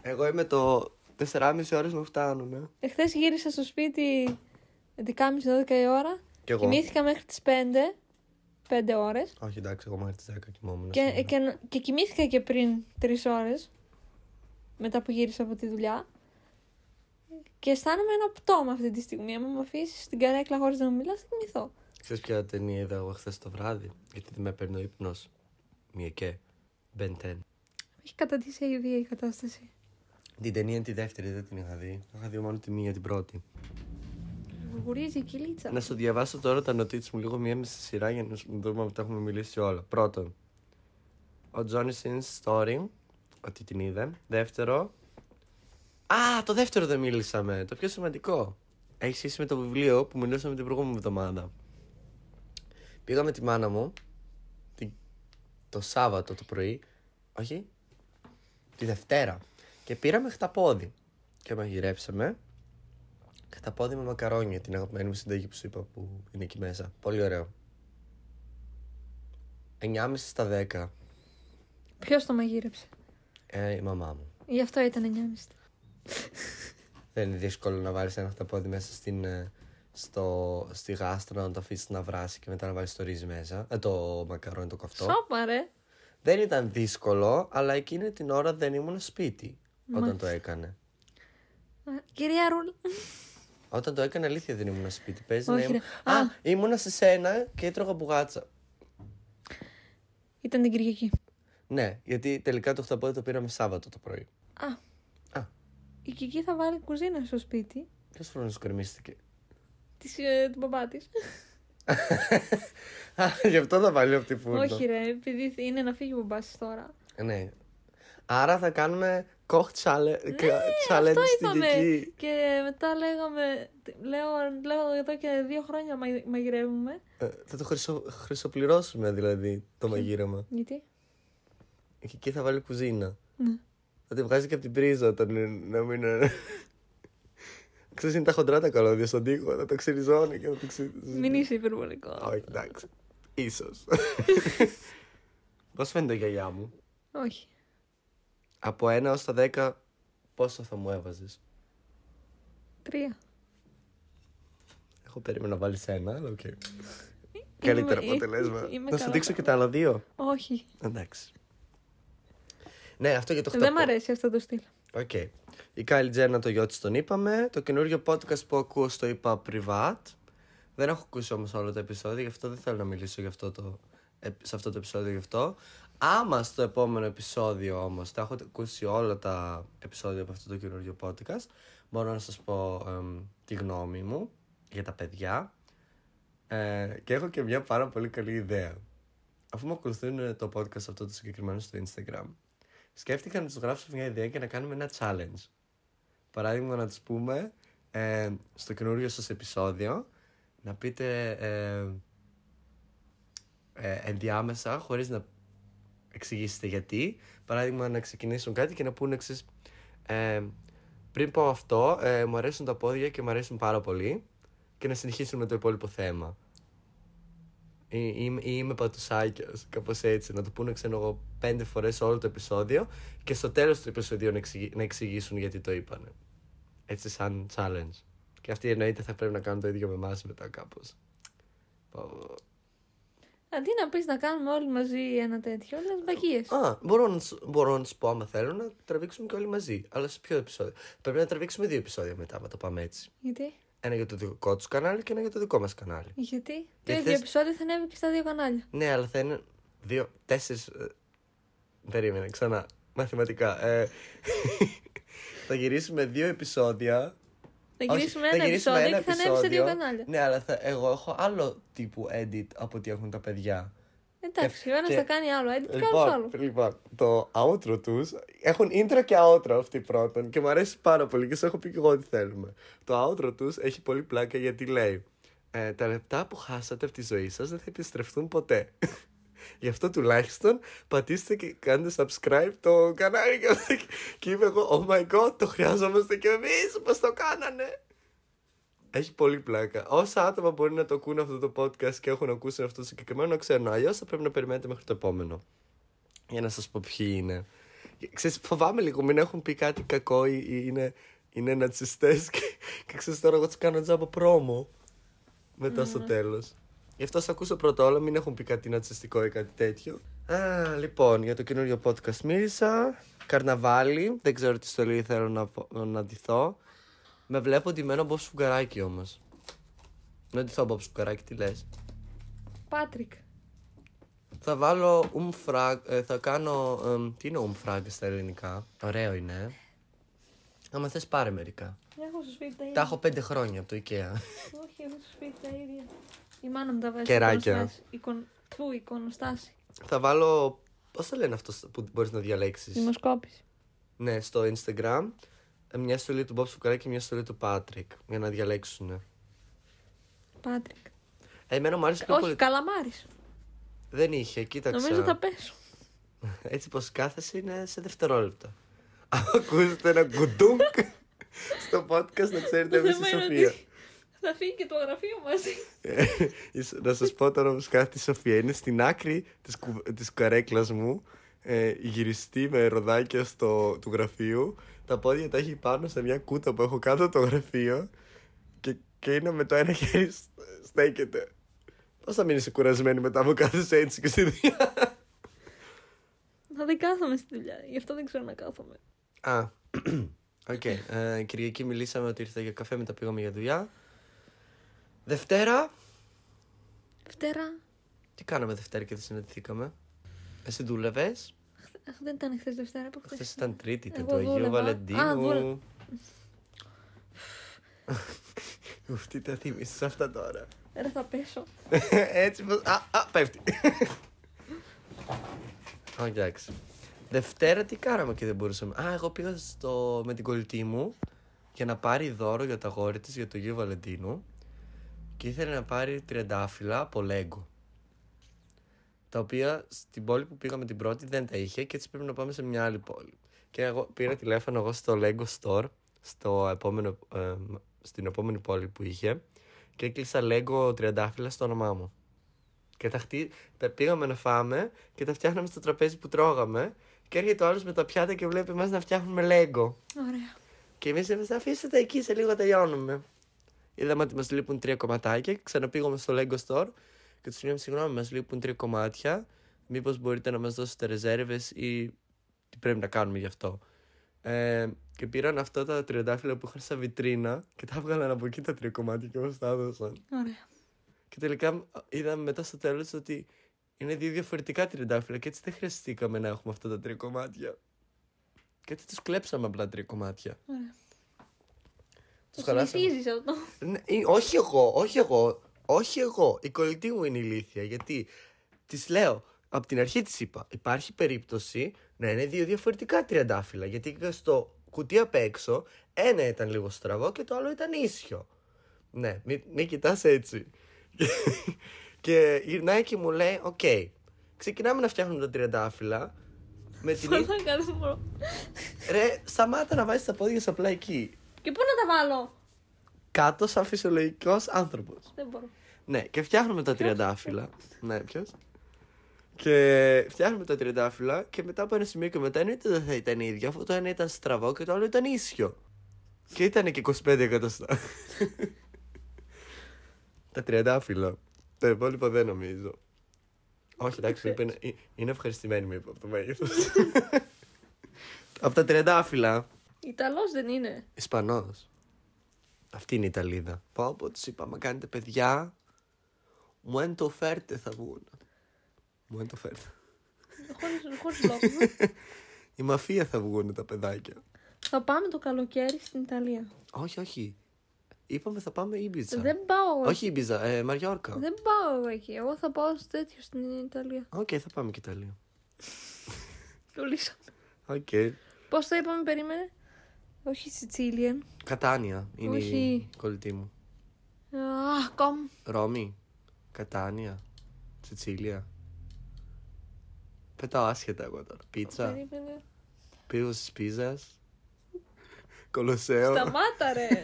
B: Εγώ είμαι το 4,5 ώρε να φτάνουν. Ε.
C: Εχθές γύρισα στο σπίτι 11.30-12 η ώρα.
B: Κι εγώ.
C: Κοιμήθηκα μέχρι τις 5. 5 ώρες.
B: Όχι, εντάξει, εγώ μέχρι τις 10 κοιμόμουν.
C: Και,
B: σήμερα.
C: και, και κοιμήθηκα και πριν 3 ώρες. Μετά που γύρισα από τη δουλειά. Και αισθάνομαι ένα πτώμα αυτή τη στιγμή. Αν με αφήσεις στην καρέκλα χωρίς να μου μιλάς, θα κοιμηθώ.
B: Ξέρεις ποια ταινία είδα εγώ χθες το βράδυ, γιατί δεν με παίρνει ο ύπνος. Μία και. Ben 10.
C: Έχει κατατήσει αηδία η κατάσταση.
B: Την ταινία είναι τη δεύτερη, δεν την είχα δει. Είχα δει μόνο τη μία, την πρώτη.
C: Γουρίζει η κυλίτσα.
B: Να σου διαβάσω τώρα τα νοτίτς μου λίγο μία με στη σειρά για να σου- να δούμε αν τα έχουμε μιλήσει όλα. Πρώτον, ο Johnny Sins Story, ότι την είδε. Δεύτερο, Α, το δεύτερο δεν μίλησαμε. Το πιο σημαντικό. Έχει σχέση με το βιβλίο που μιλούσαμε την προηγούμενη εβδομάδα. Πήγα με τη μάνα μου την- το Σάββατο το πρωί. Όχι, τη Δευτέρα. Και πήραμε χταπόδι. Και μαγειρέψαμε χταπόδι με μακαρόνια, την αγαπημένη μου συνταγή που σου είπα που είναι εκεί μέσα. Πολύ ωραίο. 9,5 στα 10.
C: Ποιος το μαγείρεψε.
B: Ε, η μαμά μου.
C: Γι' αυτό ήταν 9.30.
B: Δεν είναι δύσκολο να βάλεις ένα χταπόδι μέσα στην, ε, στο, στη γάστρα να το αφήσεις να βράσει και μετά να βάλεις το ρύζι μέσα. Ε, το μακαρόνι το καυτό.
C: Σόπα, ρε.
B: Δεν ήταν δύσκολο, αλλά εκείνη την ώρα δεν ήμουν σπίτι όταν το έκανε.
C: Α, Κυρία Ρούλ.
B: Όταν το έκανε, αλήθεια δεν ήμουν σπίτι. Παίζει να
C: Όχι,
B: ήμουν.
C: ρε.
B: Α,
C: Α.
B: ήμουνα σε σένα και έτρωγα μπουγάτσα.
C: Ήταν την Κυριακή.
B: Ναι, γιατί τελικά το χταπόδι το πήραμε Σάββατο το πρωί.
C: Α.
B: Α.
C: Η Κική θα βάλει κουζίνα στο σπίτι
B: Ποιος χρόνο κρεμίστηκε.
C: της, ε, του μπαμπά της.
B: Α, γι' αυτό θα βάλει από τη φούρνο.
C: Όχι, ρε, επειδή είναι να φύγει ο μπαμπάς της τώρα.
B: Ναι. Άρα θα κάνουμε κοχ challenge
C: Ε, Αυτό
B: στην
C: είπαμε.
B: Κική.
C: Και μετά λέγαμε. Λέω, λέω εδώ και δύο χρόνια μα- μαγειρεύουμε.
B: Ε, θα το χρυσο, χρυσοπληρώσουμε δηλαδή το μαγείρεμα.
C: Γιατί?
B: Η Κική θα βάλει κουζίνα.
C: Ναι.
B: Θα τη βγάζει και από την πρίζα όταν είναι- να μην. Ξέρεις είναι τα χοντρά τα καλώδια στον τοίχο, θα τα ξεριζώνει και θα το ξε...
C: Μην είσαι υπερβολικό.
B: Ναι. Όχι, εντάξει. Ίσως.
C: (laughs)
B: Πώς φαίνεται η γιαγιά μου.
C: Όχι.
B: Από 1 έως τα 10 πόσο θα μου έβαζες.
C: Τρία.
B: Εγώ περίμενα να βάλεις ένα, αλλά οκ. Καλύτερα
C: είμαι-
B: αποτελέσμα.
C: είμαι
B: Να σου
C: καλά.
B: δείξω και τα άλλα δύο.
C: Όχι.
B: Εντάξει. Ναι, αυτό για το χταπό.
C: Δεν μ' αρέσει αυτό το στυλ.
B: Οκ. Η Kylie Jenner το γιο της τον είπαμε. Το καινούριο podcast που ακούω στο είπα privat. Δεν έχω ακούσει όμως όλο το επεισόδιο, γι' αυτό δεν θέλω να μιλήσω γι' αυτό το, ε, σε αυτό το επεισόδιο γι' αυτό. Άμα στο επόμενο επεισόδιο όμως τα έχω ακούσει όλα τα επεισόδια από αυτό το καινούριο podcast, μπορώ να σας πω εμ, τη γνώμη μου για τα παιδιά. Ε, και έχω και μια πάρα πολύ καλή ιδέα. Αφού μου ακολουθούν ε, το podcast αυτό το συγκεκριμένο στο Instagram, σκέφτηκα να τους γράψω μια ιδέα και να κάνουμε ένα challenge. Παράδειγμα, να τους πούμε ε, στο καινούριο σας επεισόδιο να πείτε ε, ε, ενδιάμεσα, χωρίς να εξηγήσετε γιατί. Παράδειγμα, να ξεκινήσουν κάτι και να πούνε εξής. Ε, πριν πω αυτό, ε, μου αρέσουν τα πόδια και μου αρέσουν πάρα πολύ και να συνεχίσουν με το υπόλοιπο θέμα. Ή, ή, ή είμαι πατουσάκιας, κάπως έτσι. Να το πούνε, ξέρω εγώ, πέντε φορές όλο το επεισόδιο και στο τέλος του επεισοδίου να, εξηγη- να εξηγήσουν γιατί το είπανε. Έτσι σαν challenge. Και αυτοί εννοείται θα πρέπει να κάνουν το ίδιο με εμάς μετά κάπως. Πω.
C: Αντί να πεις να κάνουμε όλοι μαζί ένα τέτοιο, λες μπακίες.
B: Α, μπορώ να, τους- μπορώ να τους πω άμα θέλω να τραβήξουμε και όλοι μαζί. Αλλά σε ποιο επεισόδιο. Πρέπει να τραβήξουμε δύο επεισόδια μετά, άμα το πάμε έτσι.
C: Γιατί?
B: Ένα για το δικό τους κανάλι και ένα για το δικό μας κανάλι.
C: Γιατί? Το
B: Δεν
C: ίδιο
B: θες-
C: επεισόδιο θα ανέβει και στα δύο κανάλια.
B: Ναι, αλλά θα είναι δύο, τέσσερις... ε, Περίμενε, ξανά. Μαθηματικά. Ε, (laughs) θα γυρίσουμε δύο επεισόδια.
C: Θα
B: Όχι,
C: γυρίσουμε ένα
B: γυρίσουμε
C: επεισόδιο και θα ανέβει στα δύο
B: επεισόδιο.
C: κανάλια.
B: Ναι, αλλά θα, εγώ έχω άλλο τύπου edit από ό,τι έχουν τα παιδιά.
C: Εντάξει, ο ένας
B: και-
C: θα κάνει άλλο edit και άλλο
B: Λοιπόν,
C: άλλο.
B: λοιπόν, το outro τους έχουν intro και outro αυτοί πρώτον και μου αρέσει πάρα πολύ και σου έχω πει και εγώ τι θέλουμε. Το outro τους έχει πολύ πλάκα γιατί λέει ε, Τα λεπτά που χάσατε από τη ζωή σας δεν θα επιστρεφθούν ποτέ. (laughs) Γι' αυτό τουλάχιστον πατήστε και κάντε subscribe το κανάλι και, αυτά. και είμαι εγώ, oh my god, το χρειάζομαστε κι εμείς, πώς το κάνανε. Έχει πολύ πλάκα. Όσα άτομα μπορεί να το ακούν αυτό το podcast και έχουν ακούσει αυτό το συγκεκριμένο, ξέρουν. Αλλιώς θα πρέπει να περιμένετε μέχρι το επόμενο. Για να σας πω ποιοι είναι. Ξέρεις, φοβάμαι λίγο μην έχουν πει κάτι κακό ή, ή είναι, είναι νατσιστές (laughs) και, και ξέρεις τώρα εγώ τους κάνω τζάμπο πρόμο μετά στο τέλος. Γι' αυτό σα ακούσω πρώτα όλα, μην έχουν πει κάτι νατσιστικό ή κάτι τέτοιο. Α, λοιπόν, για το καινούριο podcast μίλησα. Καρναβάλι, δεν ξέρω τι στολή θέλω να, πω- να ντυθώ. Με βλέπω ντυμένο από σφουγγαράκι όμως. Δεν ντυθώ από σφουγγαράκι, τι λες.
C: Πάτρικ.
B: Θα βάλω umfrag, ε, θα κάνω. εμ, τι είναι umfrag στα ελληνικά. Ωραίο είναι. ε. Άμα θες πάρε μερικά.
C: Έχω στο σπίτι τα
B: Τα
C: ίδια.
B: έχω πέντε χρόνια από το IKEA.
C: Όχι, έχω στο σπίτι τα ίδια. Η μάνα μου τα βάζει.
B: Κεράκια.
C: εικονοστάση. Εικον... Του εικονοστάση.
B: θα βάλω. Πώς το λένε αυτό που μπορείς να διαλέξεις.
C: Δημοσκόπηση.
B: Ναι, στο Instagram. ε, Μια στολή του Bob Σουκαράκη και μια στολή του Patrick. Για να διαλέξουν.
C: Πάτρικ.
B: Ε, Εμένα μου άρεσε πιο
C: Όχι,
B: πολύ.
C: καλαμάρι.
B: Δεν είχε, κοίταξα.
C: Νομίζω θα πέσω.
B: Έτσι πως κάθεσαι είναι σε δευτερόλεπτα. (laughs) Αν ακούσετε ένα
C: (laughs)
B: γκουντούγκ στο podcast να ξέρετε
C: Το
B: εμείς η
C: θέμα είναι
B: Σοφία.
C: ότι θα φύγει και το γραφείο μαζί.
B: Ε, να σας πω τώρα όπως κάθεται η Σοφία. Είναι στην άκρη της, κου... της καρέκλας μου ε, γυριστή με ροδάκια στο... του γραφείου. Τα πόδια τα έχει πάνω σε μια κούτα που έχω κάτω από το γραφείο και, και είναι με το ένα χέρι σ- στέκεται. Πώς θα μείνεις κουρασμένη μετά από κάθε έτσι και στη δουλειά.
C: Να δεν κάθομαι στη δουλειά. Γι' αυτό δεν ξέρω να κάθομαι.
B: Α, (clears throat) οκ. Ε, Κυριακή μιλήσαμε ότι ήρθα για καφέ, μετά πήγαμε για δουλειά. Δευτέρα,
C: Δευτέρα.
B: τι κάναμε Δευτέρα και δεν συναντηθήκαμε. Ε, Εσύ δούλευες.
C: Αχ, δεν ήταν χθες Δευτέρα, από
B: Χθες
C: χθες.
B: ήταν Τρίτη, τε
C: Εγώ
B: του Αγίου
C: δούλευα. Α,
B: Βαλεντίνου.
C: δούλε-
B: Ουφ, τι τα θύμισες αυτά τώρα.
C: Ρε, θα πέσω.
B: (laughs) Έτσι πως... Α, α, πέφτει. (laughs) Ω, Εντάξει. Δευτέρα τι κάναμε και δεν μπορούσαμε. Α, εγώ πήγα στο... με την κολλητή μου για να πάρει δώρο για τα γόρη της για το Γιο Βαλεντίνου και ήθελε να πάρει τριαντάφυλλα από Λέγκο. Τα οποία στην πόλη που πήγαμε την πρώτη δεν τα είχε και έτσι πρέπει να πάμε σε μια άλλη πόλη. Και εγώ πήρα τηλέφωνο εγώ στο Lego Store, στο επόμενο, ε, στην επόμενη πόλη που είχε και έκλεισα Lego τριαντάφυλλα στο όνομά μου. Και τα, χτί... τα πήγαμε να φάμε και τα φτιάχναμε στο τραπέζι που τρώγαμε. Και έρχεται ο άλλος με τα πιάτα και βλέπει εμάς να φτιάχνουμε Lego.
C: Ωραία.
B: Και εμείς είμαστε αφήστε τα εκεί, σε λίγο τελειώνουμε. Είδαμε ότι μας λείπουν τρία κομματάκια. και Ξαναπήγαμε στο Lego Store και τους λέμε: Συγγνώμη, μας λείπουν τρία κομμάτια. Μήπως μπορείτε να μας δώσετε ρεζέρβες ή τι πρέπει να κάνουμε γι' αυτό. Ε, και πήραν αυτά τα τριαντάφυλλα που είχαν στα βιτρίνα και τα έβγαλαν από εκεί τα τρία κομμάτια και μας τα έδωσαν.
C: Ωραία.
B: Και τελικά είδαμε μετά στο τέλος ότι είναι δύο διαφορετικά τριαντάφυλλα και έτσι δεν χρειαστήκαμε να έχουμε αυτά τα τρία κομμάτια. Και έτσι τους κλέψαμε απλά τρία κομμάτια.
C: Ωραία.
B: Τους
C: Το συνηθίζει αυτό.
B: ναι, ε, όχι εγώ, όχι εγώ, όχι εγώ. Η κολλητή μου είναι ηλίθια. Γιατί της λέω, από την αρχή της είπα, υπάρχει περίπτωση να είναι δύο διαφορετικά τριαντάφυλλα. Γιατί στο κουτί απ' έξω ένα ήταν λίγο στραβό και το άλλο ήταν ίσιο. Ναι, μην μη κοιτάς έτσι. (laughs) και γυρνάει και μου λέει, Οκ, ξεκινάμε να φτιάχνουμε τα τριαντάφυλλα. Με
C: (laughs)
B: την ίδια.
C: Μαλάκα, δεν μπορώ.
B: Ρε, σταμάτα να βάζεις τα πόδια σου απλά εκεί.
C: Και πού να τα βάλω.
B: Κάτω σαν φυσιολογικός άνθρωπος.
C: Δεν μπορώ.
B: Ναι, και φτιάχνουμε τα τριαντάφυλλα. ναι, ποιος. Και φτιάχνουμε τα τριαντάφυλλα και μετά από ένα σημείο και μετά εννοείται δεν θα ήταν ίδια, αφού το ένα ήταν στραβό και το άλλο ήταν ίσιο. Και ήταν και 25 εκατοστά. τα τριαντάφυλλα. Τα υπόλοιπα δεν νομίζω. Όχι, εντάξει, είπε, είναι- είναι ευχαριστημένη μου είπε από το μέγεθος. (laughs) από τα τριαντάφυλλα.
C: Ιταλός δεν είναι.
B: Ισπανός. Αυτή είναι η Ιταλίδα. Πάω από του είπα, μα κάνετε παιδιά. Μου το φέρτε θα βγουν. Μου το φέρτε.
C: Χωρίς λόγο.
B: Η μαφία θα βγουν τα παιδάκια.
C: Θα πάμε το καλοκαίρι στην Ιταλία.
B: Όχι, όχι. Είπαμε θα πάμε Ήμπιζα.
C: Δεν πάω εγώ.
B: Όχι Ήμπιζα, ε, Μαριόρκα.
C: Δεν πάω εγώ εκεί. Εγώ θα πάω στο τέτοιο στην Ιταλία.
B: Οκ, θα πάμε και Ιταλία.
C: Λύσαμε.
B: Οκ.
C: Πώς το είπαμε, περίμενε. Όχι Sicilian.
B: Κατάνια είναι η
C: Όχι.
B: κολλητή μου.
C: Αχ, κομ.
B: Ρώμη. Κατάνια. Σιτσίλια. Πετάω άσχετα εγώ τώρα. Πίτσα.
C: Περίμενε.
B: Πύργο της Πίζας. Κολοσσέο.
C: Σταμάτα,
B: (laughs)
C: ρε.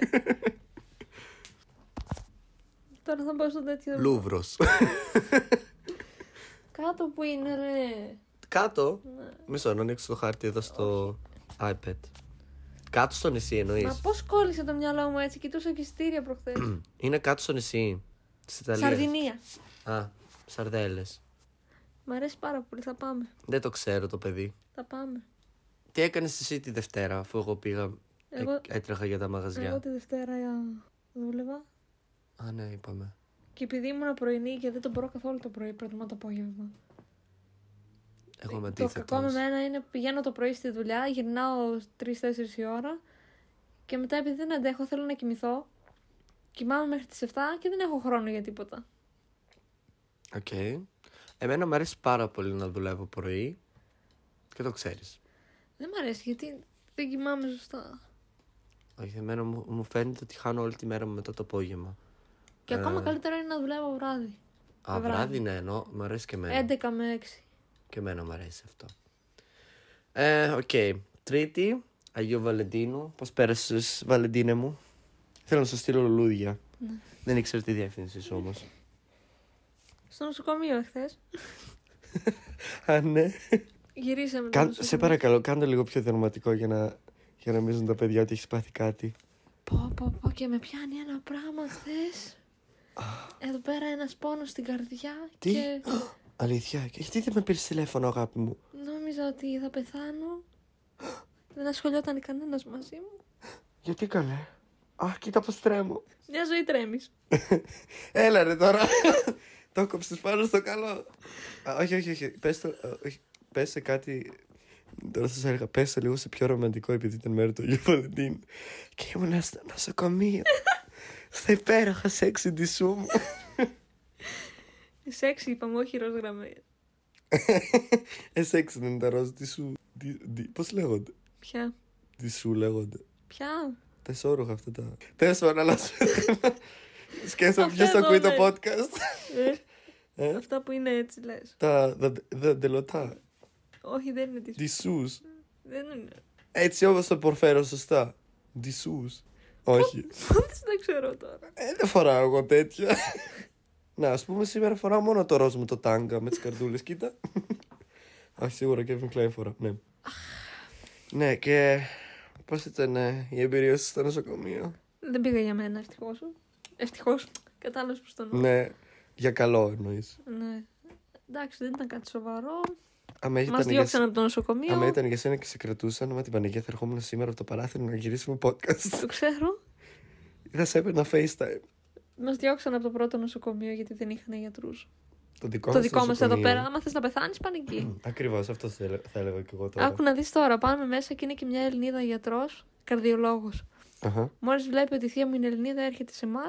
C: Τώρα θα πάω στο τέτοιο.
B: Λούβρος.
C: Κάτω που είναι, ρε.
B: Κάτω.
C: Ναι.
B: Μισό, να ανοίξω το χάρτη εδώ στο iPad. Κάτω στο νησί εννοείς.
C: Μα πώς κόλλησε το μυαλό μου έτσι, κοιτούσα και στήρια προχθές.
B: Είναι κάτω στο νησί. Τη Ιταλία.
C: Σαρδινία.
B: Α, Σαρδέλες.
C: Μ' αρέσει πάρα πολύ, θα πάμε.
B: Δεν το ξέρω το παιδί.
C: Θα πάμε.
B: Τι έκανες εσύ τη Δευτέρα, αφού εγώ πήγα. ε,
C: Εγώ-
B: Έτρεχα για τα μαγαζιά.
C: Εγώ τη Δευτέρα ε, δούλευα.
B: Α, ναι, είπαμε.
C: Και επειδή ήμουν πρωινή και δεν τον μπορώ καθόλου το πρωί, προτιμώ το απόγευμα.
B: Εγώ είμαι
C: το κακό με
B: αντίθετο.
C: μένα είναι πηγαίνω το πρωί στη δουλειά, γυρνάω 3-4 η ώρα και μετά επειδή δεν αντέχω θέλω να κοιμηθώ. Κοιμάμαι μέχρι τις 7 και δεν έχω χρόνο για τίποτα.
B: Οκ. Εμένα μου αρέσει πάρα πολύ να δουλεύω πρωί. Και το ξέρεις.
C: Δεν μ' αρέσει γιατί δεν κοιμάμαι σωστά.
B: Όχι, εμένα μου, μου φαίνεται ότι χάνω όλη τη μέρα μου μετά το απόγευμα. Ε.
C: Και ακόμα καλύτερα είναι να δουλεύω βράδυ.
B: Α,
C: βράδυ.
B: βράδυ ναι, εννοώ. Μ' αρέσει και εμένα.
C: 11 με 6.
B: Και εμένα μου αρέσει αυτό. Ε, οκ. Τρίτη, Αγίου Βαλεντίνου. Πώς πέρασες, Βαλεντίνε μου. Θέλω να σου στείλω λουλούδια. Δεν ήξερα τη διεύθυνση σου όμως.
C: Στο νοσοκομείο εχθές.
B: Α, ναι.
C: Γυρίσαμε. το
B: (laughs) Κάν,
C: νοσοκομείο.
B: σε παρακαλώ, κάνε το λίγο πιο δραματικό για να, για να νομίζουν τα παιδιά ότι έχεις πάθει κάτι.
C: Πω, πω, πω, πω, και με πιάνει ένα πράγμα χθες. Εδώ πέρα ένας πόνος στην καρδιά.
B: Τι?
C: Και
B: (gasps) Αλήθεια, και γιατί δεν με πήρες τηλέφωνο, αγάπη μου.
C: νόμιζα ότι θα πεθάνω. Δεν ασχολιόταν κανένας μαζί μου.
B: Γιατί καλέ. Αχ, κοίτα πώς τρέμω.
C: Μια ζωή τρέμεις.
B: Έλα ρε τώρα. το κόψε πάνω στο καλό. Α, όχι, όχι, όχι. Πες το. α, όχι. Πες σε κάτι. Τώρα θα σου έλεγα, πες σε λίγο σε πιο ρομαντικό επειδή ήταν μέρος του Αγίου Βαλεντίνου. Και ήμουνα στο νοσοκομείο. στα υπέροχα σεξι της σου μου.
C: Σεξ είπαμε, όχι ροζ γραμμέ.
B: ε, σεξι δεν είναι τα ροζ τη σου. Πώς λέγονται.
C: Ποια,
B: Τη σου λέγονται.
C: ποια.
B: Τα σόρουχα αυτά τα. Τέλος πάντων, αλλά σου. Σκέφτομαι ποιο
C: Αυτά εδώ,
B: ακούει το
C: ναι.
B: podcast.
C: Ε,
B: Ε,
C: αυτά που είναι έτσι λες.
B: Τα δαντε- δαντελωτά.
C: Όχι, δεν είναι τη.
B: Δισούς.
C: Δεν είναι.
B: Έτσι όπως το προφέρω σωστά. Δισούς. Όχι.
C: Πώς δεν ξέρω τώρα.
B: Ε, δεν φοράω εγώ τέτοια. Να, ας πούμε σήμερα φοράω μόνο το ροζ με το τάγκα με τις καρδούλες. Κοίτα. Αχ, σίγουρα Kevin Klein φορά. Ναι. ναι, και πώς ήταν ε, η εμπειρία σας στο νοσοκομείο.
C: Δεν πήγα για μένα, ευτυχώς. Ευτυχώς. Κατάλαβες που στον
B: ναι, για καλό εννοείς.
C: Ναι. Εντάξει, δεν ήταν κάτι σοβαρό.
B: Άμα
C: Μα
B: ήταν, για...
C: διώξαν από το νοσοκομείο.
B: άμα ήταν για σένα και σε κρατούσαν, με την Παναγία θα ερχόμουν σήμερα από το παράθυρο να γυρίσουμε podcast. (laughs)
C: Το ξέρω.
B: θα σε έπαιρνα FaceTime.
C: Μας διώξαν από το πρώτο νοσοκομείο γιατί δεν είχαν γιατρούς.
B: Το δικό
C: το
B: μας
C: δικό μας εδώ
B: νοσοκομείο.
C: πέρα. Άμα θες να πεθάνεις, πάνε εκεί.
B: Ακριβώς, αυτό θα έλε- θα έλεγα και εγώ τώρα.
C: Άκου να δεις τώρα. Πάμε μέσα και είναι και μια Ελληνίδα γιατρός, καρδιολόγος.
B: Αχα.
C: Μόλις βλέπει ότι η θεία μου είναι Ελληνίδα, έρχεται σε εμάς.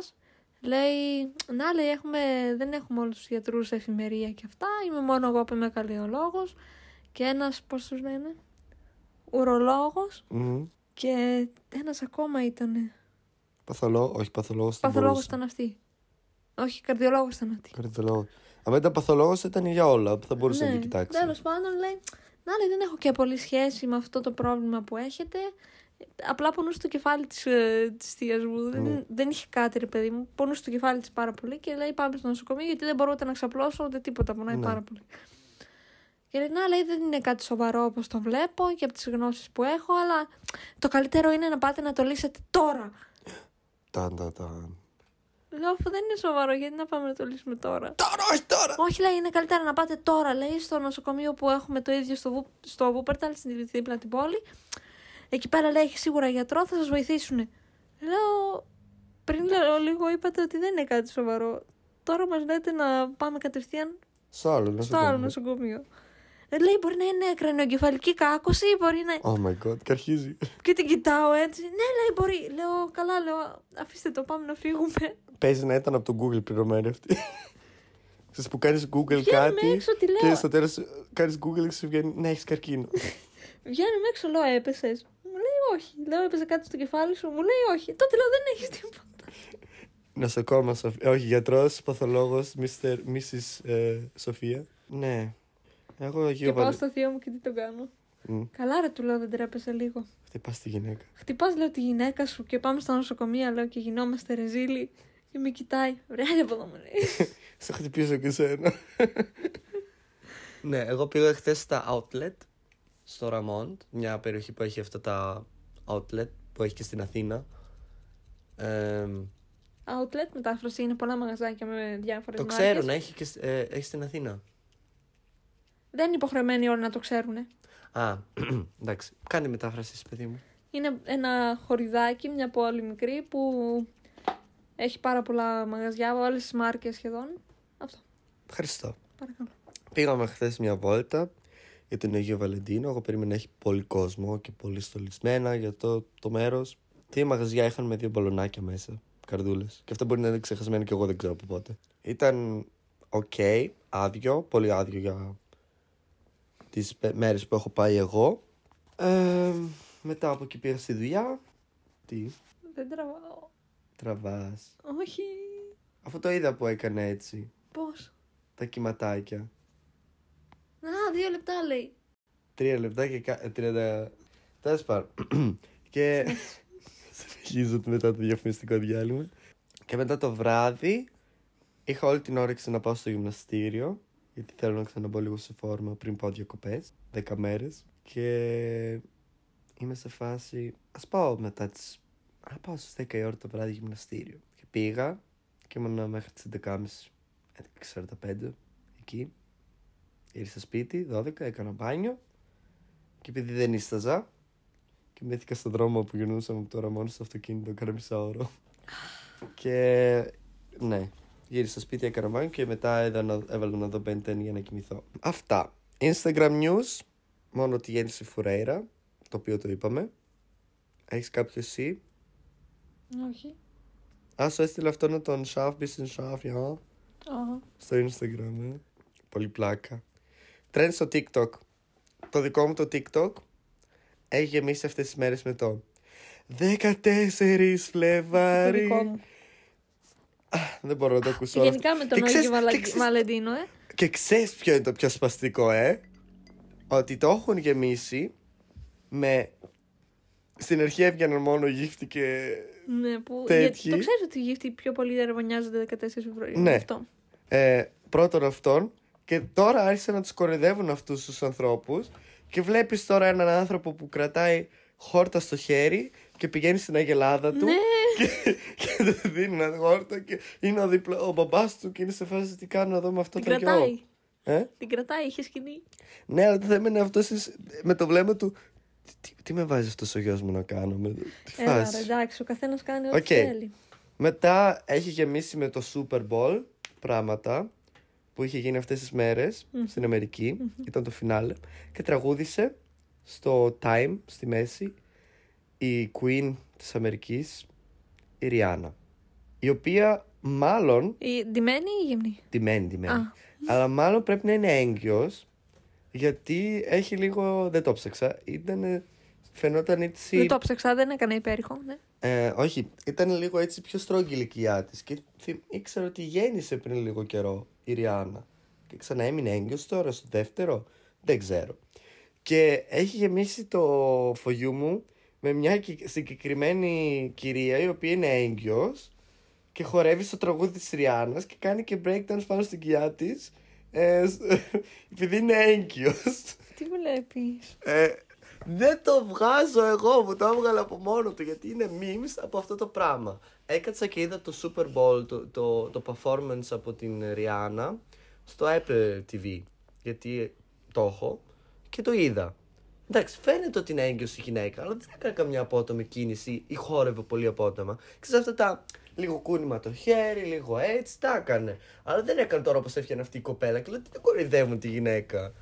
C: Λέει, να λέει, έχουμε, δεν έχουμε όλους τους γιατρούς σε εφημερία και αυτά. Είμαι μόνο εγώ που είμαι καρδιολόγος και ένας, πώς τους λένε, ουρολόγος
B: Μμμ.
C: και ένας ακόμα ήταν.
B: Παθολό, όχι παθολόγος.
C: Παθολόγο ήταν αυτή. Όχι, καρδιολόγος ήταν αυτή.
B: Καρδιολόγος. Αν ήταν παθολόγος, ήταν για όλα. που Θα μπορούσε να
C: ναι.
B: το κοιτάξει.
C: Τέλος πάντων, λέει, να λέει, δεν έχω και πολύ σχέση με αυτό το πρόβλημα που έχετε. Απλά πονούσε το κεφάλι της ε, της θείας μου.
B: Ναι.
C: Δεν, δεν είχε κάτι, ρε παιδί μου. Πονούσε το κεφάλι της πάρα πολύ και λέει: Πάμε στο νοσοκομείο γιατί δεν μπορώ ούτε να ξαπλώσω ούτε τίποτα. Πονάει
B: Ναι.
C: πάρα πολύ. Και λέει: Να, λέει, δεν είναι κάτι σοβαρό όπως το βλέπω και από τις γνώσεις που έχω, αλλά το καλύτερο είναι να πάτε να το λύσετε τώρα.
B: Ταν, ταν, ταν.
C: Λέω: Αφού δεν είναι σοβαρό, γιατί να πάμε να το λύσουμε τώρα.
B: Τώρα, όχι τώρα!
C: Όχι, λέει, είναι καλύτερα να πάτε τώρα, λέει, στο νοσοκομείο που έχουμε το ίδιο στο, Βου... στο Βούπερταλ, στην δίπλα την πόλη. Εκεί πέρα λέει, έχει σίγουρα γιατρό, θα σας βοηθήσουν. Λέω, πριν λέω λίγο είπατε ότι δεν είναι κάτι σοβαρό. Τώρα μας λέτε να πάμε κατευθείαν
B: Στο άλλο, να
C: στο άλλο νοσοκομείο. Ε, λέει, μπορεί να είναι κρανιογκεφαλική κάκωση, μπορεί να...
B: Oh my god, και αρχίζει.
C: Και την κοιτάω έτσι. Ναι, λέει, μπορεί. Λέω, καλά, λέω, αφήστε το, πάμε να φύγουμε.
B: Παίζει να ήταν από το Google πληρωμένη αυτή. Ξέρεις που κάνει Google
C: Βγαίνουμε
B: Ε, κάτι.
C: έξω, τη
B: Και
C: λέω.
B: στο τέλος κάνεις Google και σου βγαίνει. Ναι, έχεις καρκίνο.
C: Βγαίνουμε έξω, λέω έπεσες. Μου λέει όχι. Λέω έπεσε κάτι στο κεφάλι σου. Μου λέει όχι. Τότε λέω δεν έχεις τίποτα.
B: Νοσοκόμα, Σοφία. ε, Όχι, γιατρός, παθολόγος, Mrs. ε, Σοφία. Ναι. Εγώ
C: Και
B: γύρω
C: πάω στο θείο μου και τι τον κάνω.
B: Μμ.
C: Καλά, ρε του λέω δεν τρέπεσαι λίγο.
B: Χτυπάς τη γυναίκα.
C: Χτυπάς, λέω τη γυναίκα σου και πάμε στα νοσοκομεία, λέω και γινόμαστε ρεζίλοι. Και με κοιτάει. Βρε, άντε από εδώ μου λέει.
B: Σε χτυπήσω και σένα. ναι, εγώ πήγα χθες στα outlet στο Ραμόντ, μια περιοχή που έχει αυτά τα outlet που έχει και στην Αθήνα. Ε,
C: Outlet μετάφραση είναι πολλά μαγαζάκια με διάφορες
B: το ξέρουν, έχει, και, σ- ε, έχει στην Αθήνα.
C: Δεν είναι υποχρεωμένοι όλοι να το ξέρουν.
B: Α, (clears throat) εντάξει. Κάνε μετάφραση, εσύ, παιδί μου.
C: Είναι ένα χωριδάκι, μια πόλη μικρή που έχει πάρα πολλά μαγαζιά, όλες τις μάρκες σχεδόν. Αυτό.
B: Ευχαριστώ.
C: Παρακαλώ.
B: Πήγαμε χθες μια βόλτα για τον Αγίο Βαλεντίνο. Εγώ περίμενα να έχει πολύ κόσμο και πολύ στολισμένα για το, το μέρος. Τι μαγαζιά είχαν με δύο μπαλονάκια μέσα. Καρδούλες. Και αυτά μπορεί να είναι ξεχασμένα και εγώ δεν ξέρω από πότε. Ήταν οκ, άδειο, πολύ άδειο για τις μέρες που έχω πάει εγώ. Ε, μετά από εκεί πήγα στη δουλειά. Τι,
C: Δεν τραβάω.
B: τραβάς.
C: Όχι.
B: Αυτό το είδα που έκανε έτσι.
C: Πώς.
B: Τα κυματάκια.
C: Να, δύο λεπτά λέει.
B: Τρία λεπτά και κα- ε, τριάντα... Τέλος πάντων. (clears throat) και συνεχίζω (laughs) μετά το διαφημιστικό διάλειμμα. Και μετά το βράδυ είχα όλη την όρεξη να πάω στο γυμναστήριο. Γιατί θέλω να ξαναμπω λίγο σε φόρμα πριν πάω διακοπές. Δέκα μέρες. Και είμαι σε φάση. Ας πάω μετά τις να πάω στις 10 η ώρα το βράδυ γυμναστήριο. Και πήγα και ε, ήμουν μέχρι τις 11.30, 11.45 εκεί. Ήρθα σπίτι, 12, έκανα μπάνιο. Και επειδή δεν ήσταζα, κοιμήθηκα στον δρόμο που γυρνούσαμε από τώρα μόνο στο αυτοκίνητο, κάνα μισά ώρα. και ναι, γύρισα σπίτι, έκανα μπάνιο και μετά έδανα, έβαλα να δω Ben 10 για να κοιμηθώ. Αυτά. Instagram news, μόνο τη γέννηση Φουρέιρα, το οποίο το είπαμε. Έχεις κάποιο εσύ.
C: Όχι.
B: Α, σου έστειλε αυτό να τον Σαφ, μπει στην Σαφ, για.
C: Αχα.
B: Στο Instagram, ε. Πολύ πλάκα. Τρέν στο TikTok. Το δικό μου το TikTok έχει γεμίσει αυτές τις μέρες με το 14
C: Το
B: Φλεβάρι.
C: δικό μου.
B: Δεν μπορώ να το ακούσω όλο
C: Γενικά με
B: αυτό.
C: τον
B: Και ξέρεις-
C: Άγιο Βαλα-
B: και ξέρεις-
C: Βαλεντίνο, ε.
B: Και ξέρεις ποιο είναι το πιο σπαστικό, ε? Ότι το έχουν γεμίσει με... Στην αρχή έβγαιναν μόνο γύφτη και...
C: Ναι, που.
B: Τέτοιοι.
C: Γιατί το ξέρεις ότι οι γύφτοι πιο πολύ αρβωνιάζονται 14 Φεβρουαρίου.
B: Ναι.
C: Αυτό.
B: ε, πρώτον αυτών και τώρα άρχισε να τους κοροϊδεύουν αυτούς τους ανθρώπους και βλέπεις τώρα έναν άνθρωπο που κρατάει χόρτα στο χέρι και πηγαίνει στην αγελάδα του
C: Ναι.
B: και, και του δίνει ένα χόρτα και είναι ο, διπλα, ο μπαμπάς του και είναι σε φάση τι κάνω εδώ με αυτό
C: Την
B: το γιο.
C: κρατάει.
B: Ε?
C: Την κρατάει, είχε σκηνή.
B: Ναι, αλλά το θέμα είναι αυτός εις- με το βλέμμα του τι, τι, τι με βάζει αυτός ο γιος μου να κάνω με, τι
C: Έλα, ρε,
B: φάση.
C: εντάξει, ο καθένας κάνει ό,τι
B: Οκ.
C: θέλει.
B: Μετά έχει γεμίσει με το Super Bowl πράγματα που είχε γίνει αυτές τις μερες στην αμερικη Ήταν το φινάλε και τραγούδισε στο Time, στη μέση, η Queen της Αμερικής, η Ριάννα. Η οποία μάλλον,
C: Η ντυμένη ή η γυμνή.
B: ντυμένη, ντυμένη,
C: Α.
B: αλλά μάλλον πρέπει να είναι έγκυος γιατί έχει λίγο, δεν το ψάξα, ήταν, φαινόταν έτσι...
C: Δεν το ψάξα, δεν έκανα υπέρηχο. Ναι.
B: Ε, όχι, ήταν λίγο έτσι πιο στρόγγυλη η ηλικιά της και θυ- ήξερα ότι γέννησε πριν λίγο καιρό η Ριάννα. Και ξαναέμεινε έγκυος τώρα στο δεύτερο, δεν ξέρω. Και έχει γεμίσει το φωγιού μου με μια κυ- συγκεκριμένη κυρία η οποία είναι έγκυος και χορεύει στο τραγούδι της Ριάννας και κάνει και breakdance πάνω στην κοιλιά της ε, σ- (laughs) επειδή είναι έγκυος.
C: Τι βλέπεις.
B: Ε, δεν το βγάζω εγώ, μου το έβγαλα από μόνο του γιατί είναι memes από αυτό το πράγμα. Έκατσα και είδα το Super Bowl, το, το, το performance από την Ριάννα στο Apple TV. Γιατί ε, το έχω και το είδα. Εντάξει, φαίνεται ότι είναι έγκυος η γυναίκα, αλλά δεν έκανε καμιά απότομη κίνηση ή χόρευε πολύ απότομα. Ξέρετε αυτά τα λίγο κούνημα το χέρι, λίγο έτσι, τα έκανε. Αλλά δεν έκανε τώρα όπως έφτιανε αυτή η κοπέλα και λέω τι δεν κοροϊδεύουν τη γυναίκα.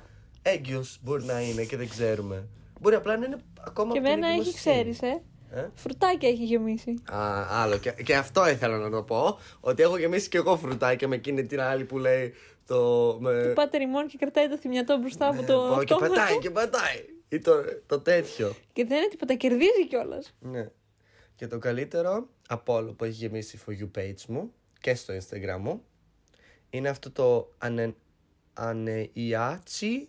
B: Έγκυο μπορεί να είναι και δεν ξέρουμε. Μπορεί απλά να είναι ακόμα
C: Και
B: από την
C: εμένα έχει,
B: εγκυμοσύνη.
C: ξέρεις, ε.
B: Ε?
C: Φρουτάκια έχει γεμίσει.
B: Α, άλλο. Και, και αυτό ήθελα να το πω. Ότι έχω γεμίσει και εγώ φρουτάκια με εκείνη την άλλη που λέει το. Με...
C: Του πάτε ρημών και κρατάει το θυμιατό μπροστά από το
B: Ε. πάω και
C: αυτόματο.
B: πατάει, και πατάει. Ή το, το τέτοιο.
C: Και δεν είναι τίποτα, κερδίζει κιόλας.
B: Ναι. Και το καλύτερο από όλο που έχει γεμίσει η For You page μου και στο Instagram μου είναι αυτό το ανε, ανεϊάτσι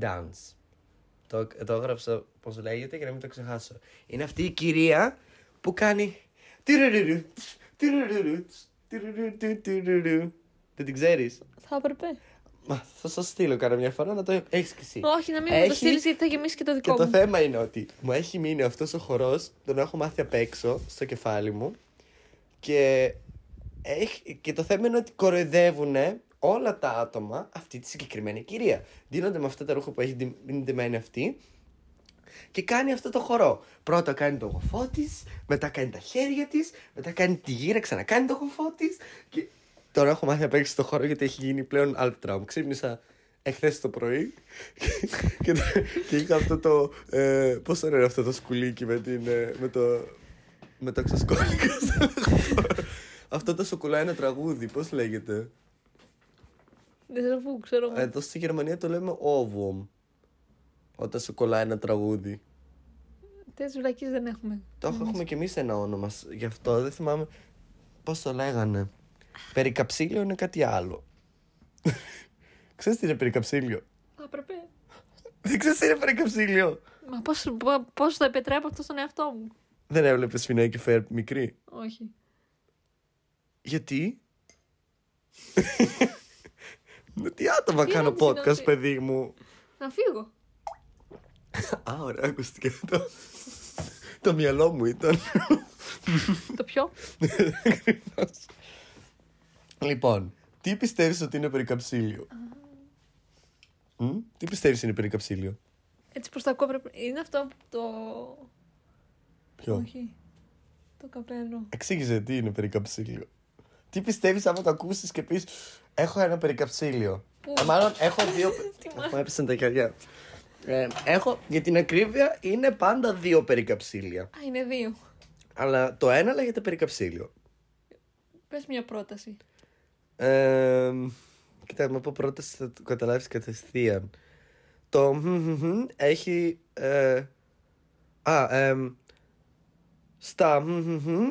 B: dance. Το, το έγραψα πώς λέγεται για να μην το ξεχάσω. Είναι αυτή η κυρία που κάνει τυρουρουρου, τυρουρουρου, τυρουρουρου, τυρουρουρου. Δεν την ξέρεις.
C: Θα έπρεπε.
B: Μα, θα σας στείλω κάνα μια φορά να το έχεις κι εσύ.
C: Όχι, να μην μου το
B: Έχει-
C: στείλεις γιατί θα γεμίσει και το
B: Και
C: δικό
B: το
C: μου.
B: θέμα είναι ότι μου έχει μείνει αυτός ο χορός, τον έχω μάθει απ' έξω στο κεφάλι μου. Και, έχει, και το θέμα είναι ότι κοροϊδεύουν όλα τα άτομα αυτή τη συγκεκριμένη κυρία. Δίνονται με αυτά τα ρούχα που έχει ντυ- είναι ντυμένη αυτή και κάνει αυτό το χορό. Πρώτα κάνει το γοφό της, μετά κάνει τα χέρια της, μετά κάνει τη γύρα, ξανακάνει το γοφό της. Και τώρα έχω μάθει να παίξεις το χορό γιατί έχει γίνει πλέον αλπτράου. Ξύπνησα εχθές το πρωί (laughs) και, και, και είχα αυτό το. Ε, Πώς το λένε αυτό το σκουλίκι με, την, ε, με το. Με το ξεσκόλικο. αυτό το σοκουλά ένα τραγούδι, πώς λέγεται. Ε,
C: Δεν ξέρω πού, ξέρω εγώ.
B: Εδώ στη Γερμανία το λέμε όβομ. Όταν σου κολλάει ένα τραγούδι.
C: Τέτοιε βλακίες δεν έχουμε.
B: Το έχω- έχουμε κι εμείς ένα όνομα. σ- Γι' αυτό δεν θυμάμαι πώς το λέγανε. Περικαψίλιο είναι κάτι άλλο. (laughs) Ξέρεις τι είναι περικαψίλιο.
C: Θα έπρεπε.
B: Δεν (laughs) ξέρεις τι είναι περικαψίλιο.
C: Μα πώς το επιτρέπω αυτό στον εαυτό μου.
B: Δεν έβλεπες Φινέα και Φέρ μικρή.
C: Όχι.
B: Γιατί. (laughs) Με τι άτομα
C: Τι
B: κάνω
C: ρώτησε,
B: podcast,
C: Νότι?
B: παιδί μου.
C: Να φύγω.
B: (laughs) Α, ωραία, ακούστηκε το. Το μυαλό μου ήταν.
C: το πιο.
B: Λοιπόν, τι πιστεύεις ότι είναι περικαψίλιο. Μ? Τι πιστεύεις είναι περικαψίλιο.
C: Έτσι προς τα ακούω πρέπει... Είναι αυτό που το...
B: Ποιο.
C: Όχι. Το καπέλο.
B: Εξήγησε τι είναι περικαψίλιο. Τι πιστεύεις άμα το ακούσεις και πεις Έχω ένα περικαψίλιο.
C: Πού?
B: Ε, Μάλλον έχω
C: (laughs)
B: δύο.
C: Τι
B: Μου έπεσαν τα χέρια. Ε, έχω, για την ακρίβεια, είναι πάντα δύο περικαψίλια.
C: Α, είναι δύο.
B: Αλλά το ένα λέγεται περικαψίλιο.
C: Πες μια πρόταση.
B: Ε, κοίτα, με πω πρώτα θα το καταλάβεις κατευθείαν. Το μμμ, μμμ, μμμ έχει... Ε, α, εμ, στα μμμ, μμμ, μμμ,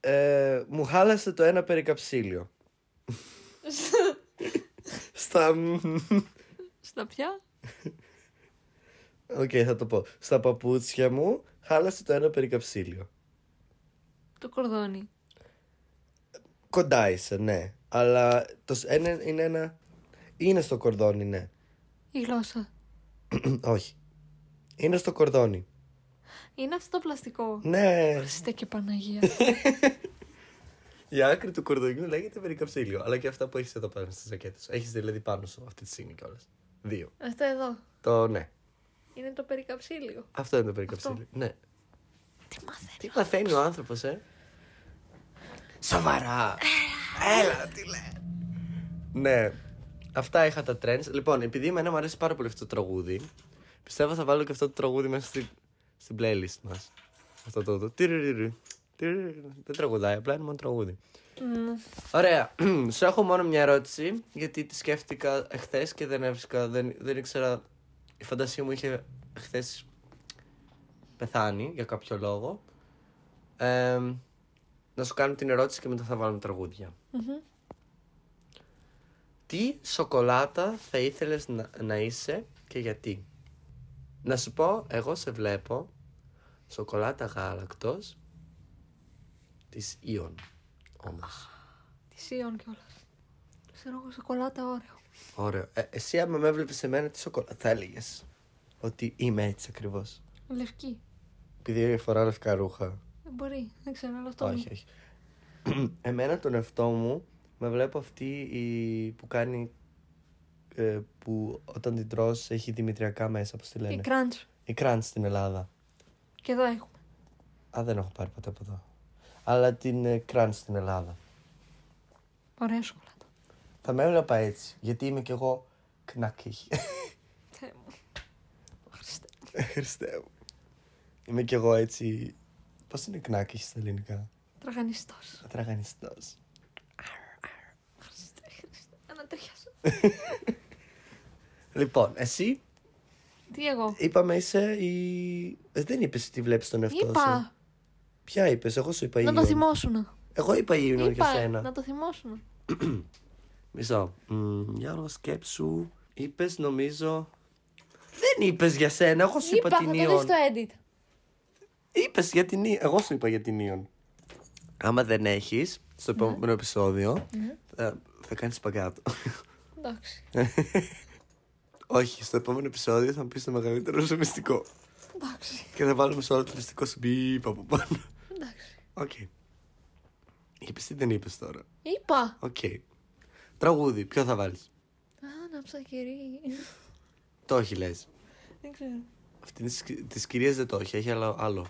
B: ε, μου χάλασε το ένα περικαψίλιο. στα... μμμ, μμμ, μμμ.
C: Στα πια.
B: Οκ, θα το πω. Στα παπούτσια μου χάλασε το ένα περικαψίλιο.
C: Το κορδόνι.
B: Κοντά είσαι, ναι. Αλλά το σ- ένα, είναι ένα... Είναι στο κορδόνι, ναι. (clears throat)
C: Η γλώσσα.
B: Όχι. Είναι στο κορδόνι.
C: Είναι αυτό το πλαστικό.
B: Ναι.
C: Χριστέ και Παναγία.
B: Η άκρη του κορδονιού λέγεται περικαψίλιο. Αλλά και αυτά που έχεις εδώ πάνω στις ζακέτε. Έχεις δηλαδή πάνω σου αυτή τη στιγμή κιόλας. Δύο.
C: αυτό εδώ.
B: Το ναι.
C: Είναι το περικαψίλιο.
B: Αυτό είναι το περικαψίλιο. Ναι.
C: Τι μαθαίνεις.
B: Τι παθαίνει ο άνθρωπος, ε. Σοβαρά. Έλα, τι λέει. Ναι. Αυτά είχα τα trends. Λοιπόν, επειδή εμένα μου αρέσει πάρα πολύ αυτό το τραγούδι, πιστεύω θα βάλω και αυτό το τραγούδι μέσα στη, στην playlist μας. Αυτό το. το. τυριριρι, τυριριρι. Δεν τραγουδάει, απλά είναι μόνο τραγούδι. Ωραία. (clears throat) Σου έχω μόνο μια ερώτηση, γιατί τη σκέφτηκα εχθές και δεν έβρισκα. Δεν, δεν ήξερα. Η φαντασία μου είχε εχθές πεθάνει για κάποιο λόγο. Ε, να σου κάνω την ερώτηση και μετά θα βάλουμε τραγούδια. Τι σοκολάτα θα ήθελες να, να είσαι και γιατί. Να σου πω, εγώ σε βλέπω σοκολάτα γάλακτος της Ιον όμως.
C: Της Σίων κιόλας. Ξέρω εγώ σοκολάτα ωραίο.
B: Ωραίο. Ε, εσύ άμα με έβλεπες εμένα τι σοκολάτα θα έλεγες ότι είμαι έτσι ακριβώς.
C: Λευκή.
B: Επειδή φοράω λευκά ρούχα.
C: Δεν μπορεί. Δεν ξέρω, αλλά αυτό.
B: Όχι, (clears throat) όχι. Εμένα τον εαυτό μου με βλέπω αυτή η... που κάνει. ε, που όταν την τρως έχει δημητριακά μέσα, όπως τη
C: Και
B: λένε.
C: κράντ.
B: Η κράντ στην Ελλάδα.
C: Και εδώ έχουμε.
B: Α, δεν έχω πάρει ποτέ από εδώ. Αλλά την ε, κράντ στην Ελλάδα.
C: Ωραία σοκολάτα.
B: Θα με έβλεπα έτσι, γιατί είμαι κι εγώ κνάκι.
C: Θεέ μου. Χριστέ.
B: (laughs) Χριστέ μου. Είμαι κι εγώ έτσι. Πώς είναι κνάκι στα ελληνικά.
C: Τραγανιστός.
B: Τραγανιστός.
C: Χριστέ, Χριστέ. Ανατριχιάσω.
B: Λοιπόν, εσύ
C: Τι εγώ.
B: είπαμε είσαι η. Ε, δεν είπες τι βλέπεις τον εαυτό σου.
C: Είπα.
B: Ποια είπες, εγώ σου είπα
C: Να το
B: Ιούνιο.
C: θυμώσουν.
B: Εγώ είπα Ιούνιο για
C: Είπα.
B: σένα.
C: Να το θυμώσουν.
B: Μισό. Μμμ, για όλο σκέψου. Είπες, νομίζω. Δεν είπες για σένα, εγώ σου
C: Είπα,
B: είπα
C: θα
B: την
C: το δεις
B: Ιον.
C: στο edit.
B: Είπες για την Ιον. Εγώ σου είπα για την Ιον. Άμα δεν έχεις, στο
C: Ναι.
B: επόμενο επεισόδιο, θα, θα κάνεις παγκάτο. (laughs)
C: Εντάξει.
B: Όχι, στο επόμενο επεισόδιο θα μου πεις το μεγαλύτερο σου μυστικό.
C: Εντάξει.
B: Και θα βάλουμε σε όλο το μυστικό σου μπίπ από πάνω. (laughs)
C: Εντάξει.
B: Οκ. Είπες τι δεν είπες τώρα.
C: Είπα.
B: Οκ. Τραγούδι, ποιο θα βάλεις.
C: Άναψα κερί.
B: Το έχει λες.
C: Δεν ξέρω.
B: Αυτή της, της κυρίας δεν το έχει, έχει άλλο, άλλο.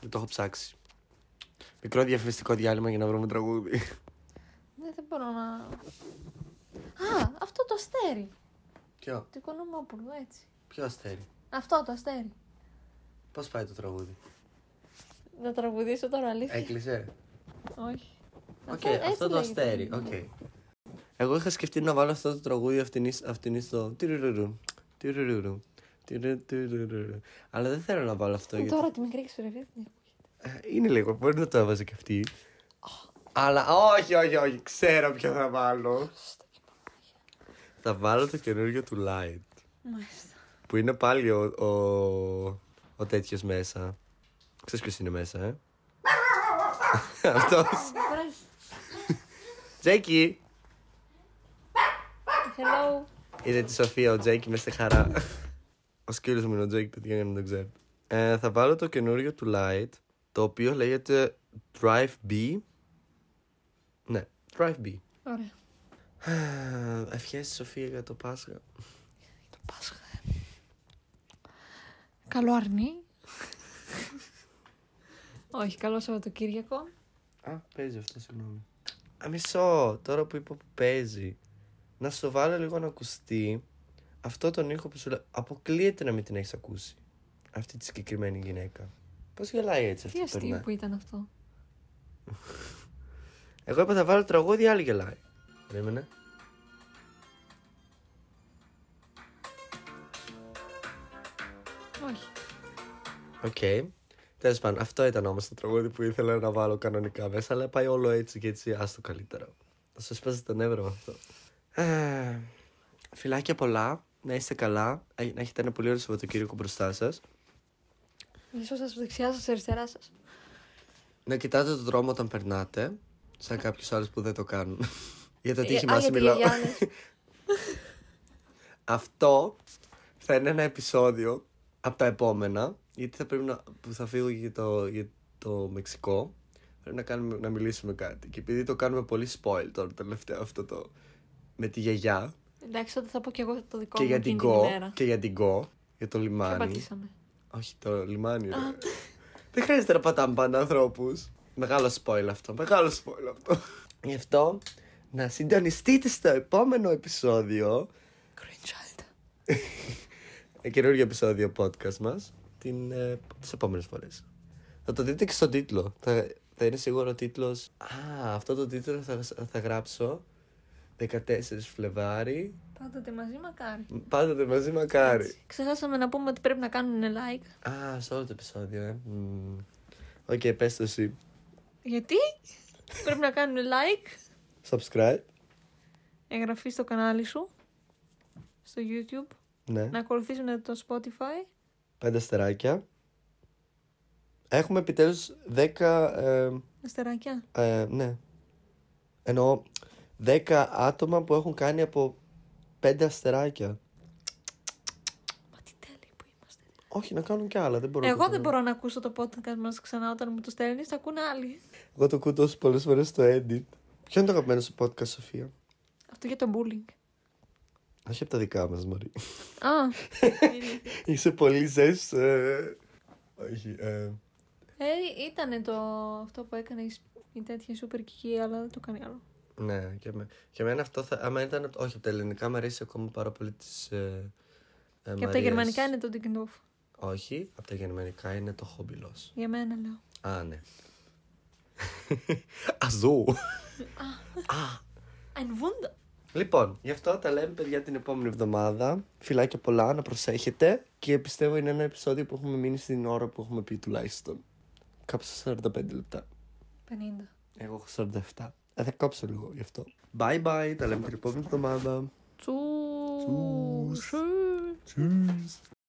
B: Δεν το έχω ψάξει. Μικρό διαφημιστικό διάλειμμα για να βρούμε τραγούδι.
C: Ναι, δεν μπορώ να. Α, αυτό το αστέρι.
B: Ποιο,
C: Του Οικονομόπουλου, έτσι.
B: ποιο αστέρι.
C: Αυτό το αστέρι.
B: Πώς πάει το τραγούδι.
C: Να τραγουδήσω τώρα αλήθεια.
B: Έκλεισε.
C: Όχι.
B: Οκ,
C: έτσι
B: αυτό το
C: λέγεται. Ναι.
B: αστέρι. Οκ. Εγώ είχα σκεφτεί να βάλω αυτό το τραγούδι αυτήν αυτήν στο. τυρουρουρου, τυρουρουρου, τυρουρουρουρου. Αλλά δεν θέλω να βάλω αυτό γιατί.
C: Ε, Τώρα τη μικρή ναι. ξηρευή την ακούγεται.
B: Ε, Είναι λίγο, μπορεί να το έβαζε κι αυτή. Αλλά όχι, όχι, όχι, ξέρω ποιο θα βάλω. Θα βάλω το καινούργιο του Light.
C: Μάλιστα.
B: Που είναι πάλι ο, ο, ο τέτοιος μέσα. Ξέρεις ποιος είναι μέσα, ε. Αυτός.
C: Μπορείς.
B: Τζέκι!
C: Hello.
B: Είδε τη Σοφία ο Τζέκι μες στη χαρά. ο σκύλος μου είναι ο Τζέκι, παιδιά, για να μην το ξέρετε. Ε, θα βάλω το καινούριο του Light το οποίο λέγεται Drive B. Ναι, Drive B.
C: Ωραία.
B: (sighs) Ευχές στη Σοφία για το Πάσχα.
C: Το Πάσχα. ε. Καλό αρνί. Όχι, καλό Σαββατοκύριακο.
B: Α, παίζει αυτό, συγγνώμη. Α, μισό, τώρα που είπα που παίζει. Να σου το βάλω λίγο να ακουστεί αυτό τον ήχο που σου λέω. Αποκλείεται να μην την έχεις ακούσει. Αυτή τη συγκεκριμένη γυναίκα. Πώς γελάει έτσι
C: Τι
B: αυτή που
C: αστείο
B: περνάει.
C: που ήταν αυτό.
B: Εγώ είπα θα βάλω τραγούδι, άλλη γελάει. Περίμενε.
C: Όχι.
B: Οκ. Τέλος πάντων, αυτό ήταν όμως το τραγούδι που ήθελα να βάλω κανονικά μέσα, αλλά πάει όλο έτσι και έτσι, άστο καλύτερα. Θα σας πέσει τα νεύρα με αυτό. Ε, φιλάκια πολλά, να είστε καλά, ε, να έχετε ένα πολύ ωραίο Σαββατοκύριακο μπροστά σας.
C: Μισό σας, δεξιά σας, αριστερά σας.
B: Να κοιτάτε τον δρόμο όταν περνάτε, σαν κάποιους άλλους που δεν το κάνουν. (laughs) για το
C: Ε,
B: τύχημά σου
C: α, για τη
B: μιλάω.
C: Γιαγιάννη.
B: Αυτό θα είναι ένα επεισόδιο από τα επόμενα, γιατί θα πρέπει να, που θα φύγω για το, για το Μεξικό. Πρέπει να, κάνουμε, να μιλήσουμε κάτι. Και επειδή το κάνουμε πολύ spoil τώρα τελευταίο αυτό το με τη γιαγιά
C: Εντάξει, τότε θα πω και εγώ το δικό
B: και
C: μου
B: για, την
C: εκείνη
B: Go,
C: την ημέρα.
B: και για την Go, για το
C: Ποιο
B: λιμάνι.
C: πατήσαμε.
B: Όχι, το λιμάνι. ρε. Δεν χρειάζεται να πατάμε πάντα ανθρώπους. Μεγάλο spoil αυτό. Μεγάλο spoil αυτό. Γι' αυτό να συντονιστείτε στο επόμενο επεισόδιο.
C: Greenchild.
B: ε, καινούργιο επεισόδιο podcast μας. Την, ε, τις επόμενες φορές. Θα το δείτε και στον τίτλο. Θα, θα είναι σίγουρο ο τίτλος... Α, αυτό το τίτλο θα, θα γράψω 14 Φλεβάρι.
C: Πάντοτε μαζί μακάρι.
B: Πάντοτε μαζί μακάρι.
C: Ξεχάσαμε να πούμε ότι πρέπει να κάνουν like.
B: Α, σε όλο το επεισόδιο, ε. Μμμ. Οκ, πες το εσύ. (laughs)
C: Γιατί πρέπει να κάνουν like,
B: Subscribe.
C: εγγραφή στο κανάλι σου, στο YouTube,
B: Ναι.
C: να ακολουθήσουν το Spotify.
B: Πέντε αστεράκια. Έχουμε επιτέλους 10... Ε,
C: Αστεράκια.
B: ε, ναι. Εννοώ 10 άτομα που έχουν κάνει από 5 αστεράκια.
C: Μα τι τέλειοι που είμαστε.
B: Όχι, να κάνουν κι άλλα. Δεν μπορώ να
C: Εγώ
B: το
C: δεν
B: κάνω.
C: μπορώ να ακούσω το podcast μας ξανά όταν μου το στέλνεις, θα ακούνε άλλοι.
B: Εγώ το ακούω τόσο πολλές φορές στο edit. Ποιο είναι το αγαπημένο σου podcast, Σοφία.
C: Αυτό για το bullying.
B: Όχι από τα δικά μας, Μωρή. (laughs)
C: Α,
B: Είσαι πολύ ζεστ. Ε... Όχι. Ε...
C: ε, ήταν το αυτό που έκανε η σ- η τέτοια super κική, αλλά δεν το κάνει άλλο.
B: Ναι, και, με... και εμένα αυτό θα. Άμα ήταν. απ' τα- Όχι, από τα ελληνικά μου αρέσει ακόμα πάρα πολύ τη. Ε... ε,
C: Και από τα
B: Μαρίας.
C: γερμανικά είναι το Dignov.
B: Όχι, από τα γερμανικά είναι το χόμπιλο.
C: Για μένα λέω.
B: Α, ναι. (laughs) Αζού.
C: Ein Wunder.
B: Λοιπόν, γι' αυτό τα λέμε παιδιά την επόμενη εβδομάδα. Φιλάκια πολλά, να προσέχετε. Και πιστεύω είναι ένα επεισόδιο που έχουμε μείνει στην ώρα που έχουμε πει τουλάχιστον. Κάπου στα 45 λεπτά.
C: 50.
B: Εγώ έχω 47. Ε, θα κόψω λίγο γι' αυτό. Bye bye, τα λέμε την επόμενη εβδομάδα.
C: Tschüss.
B: Tschüss.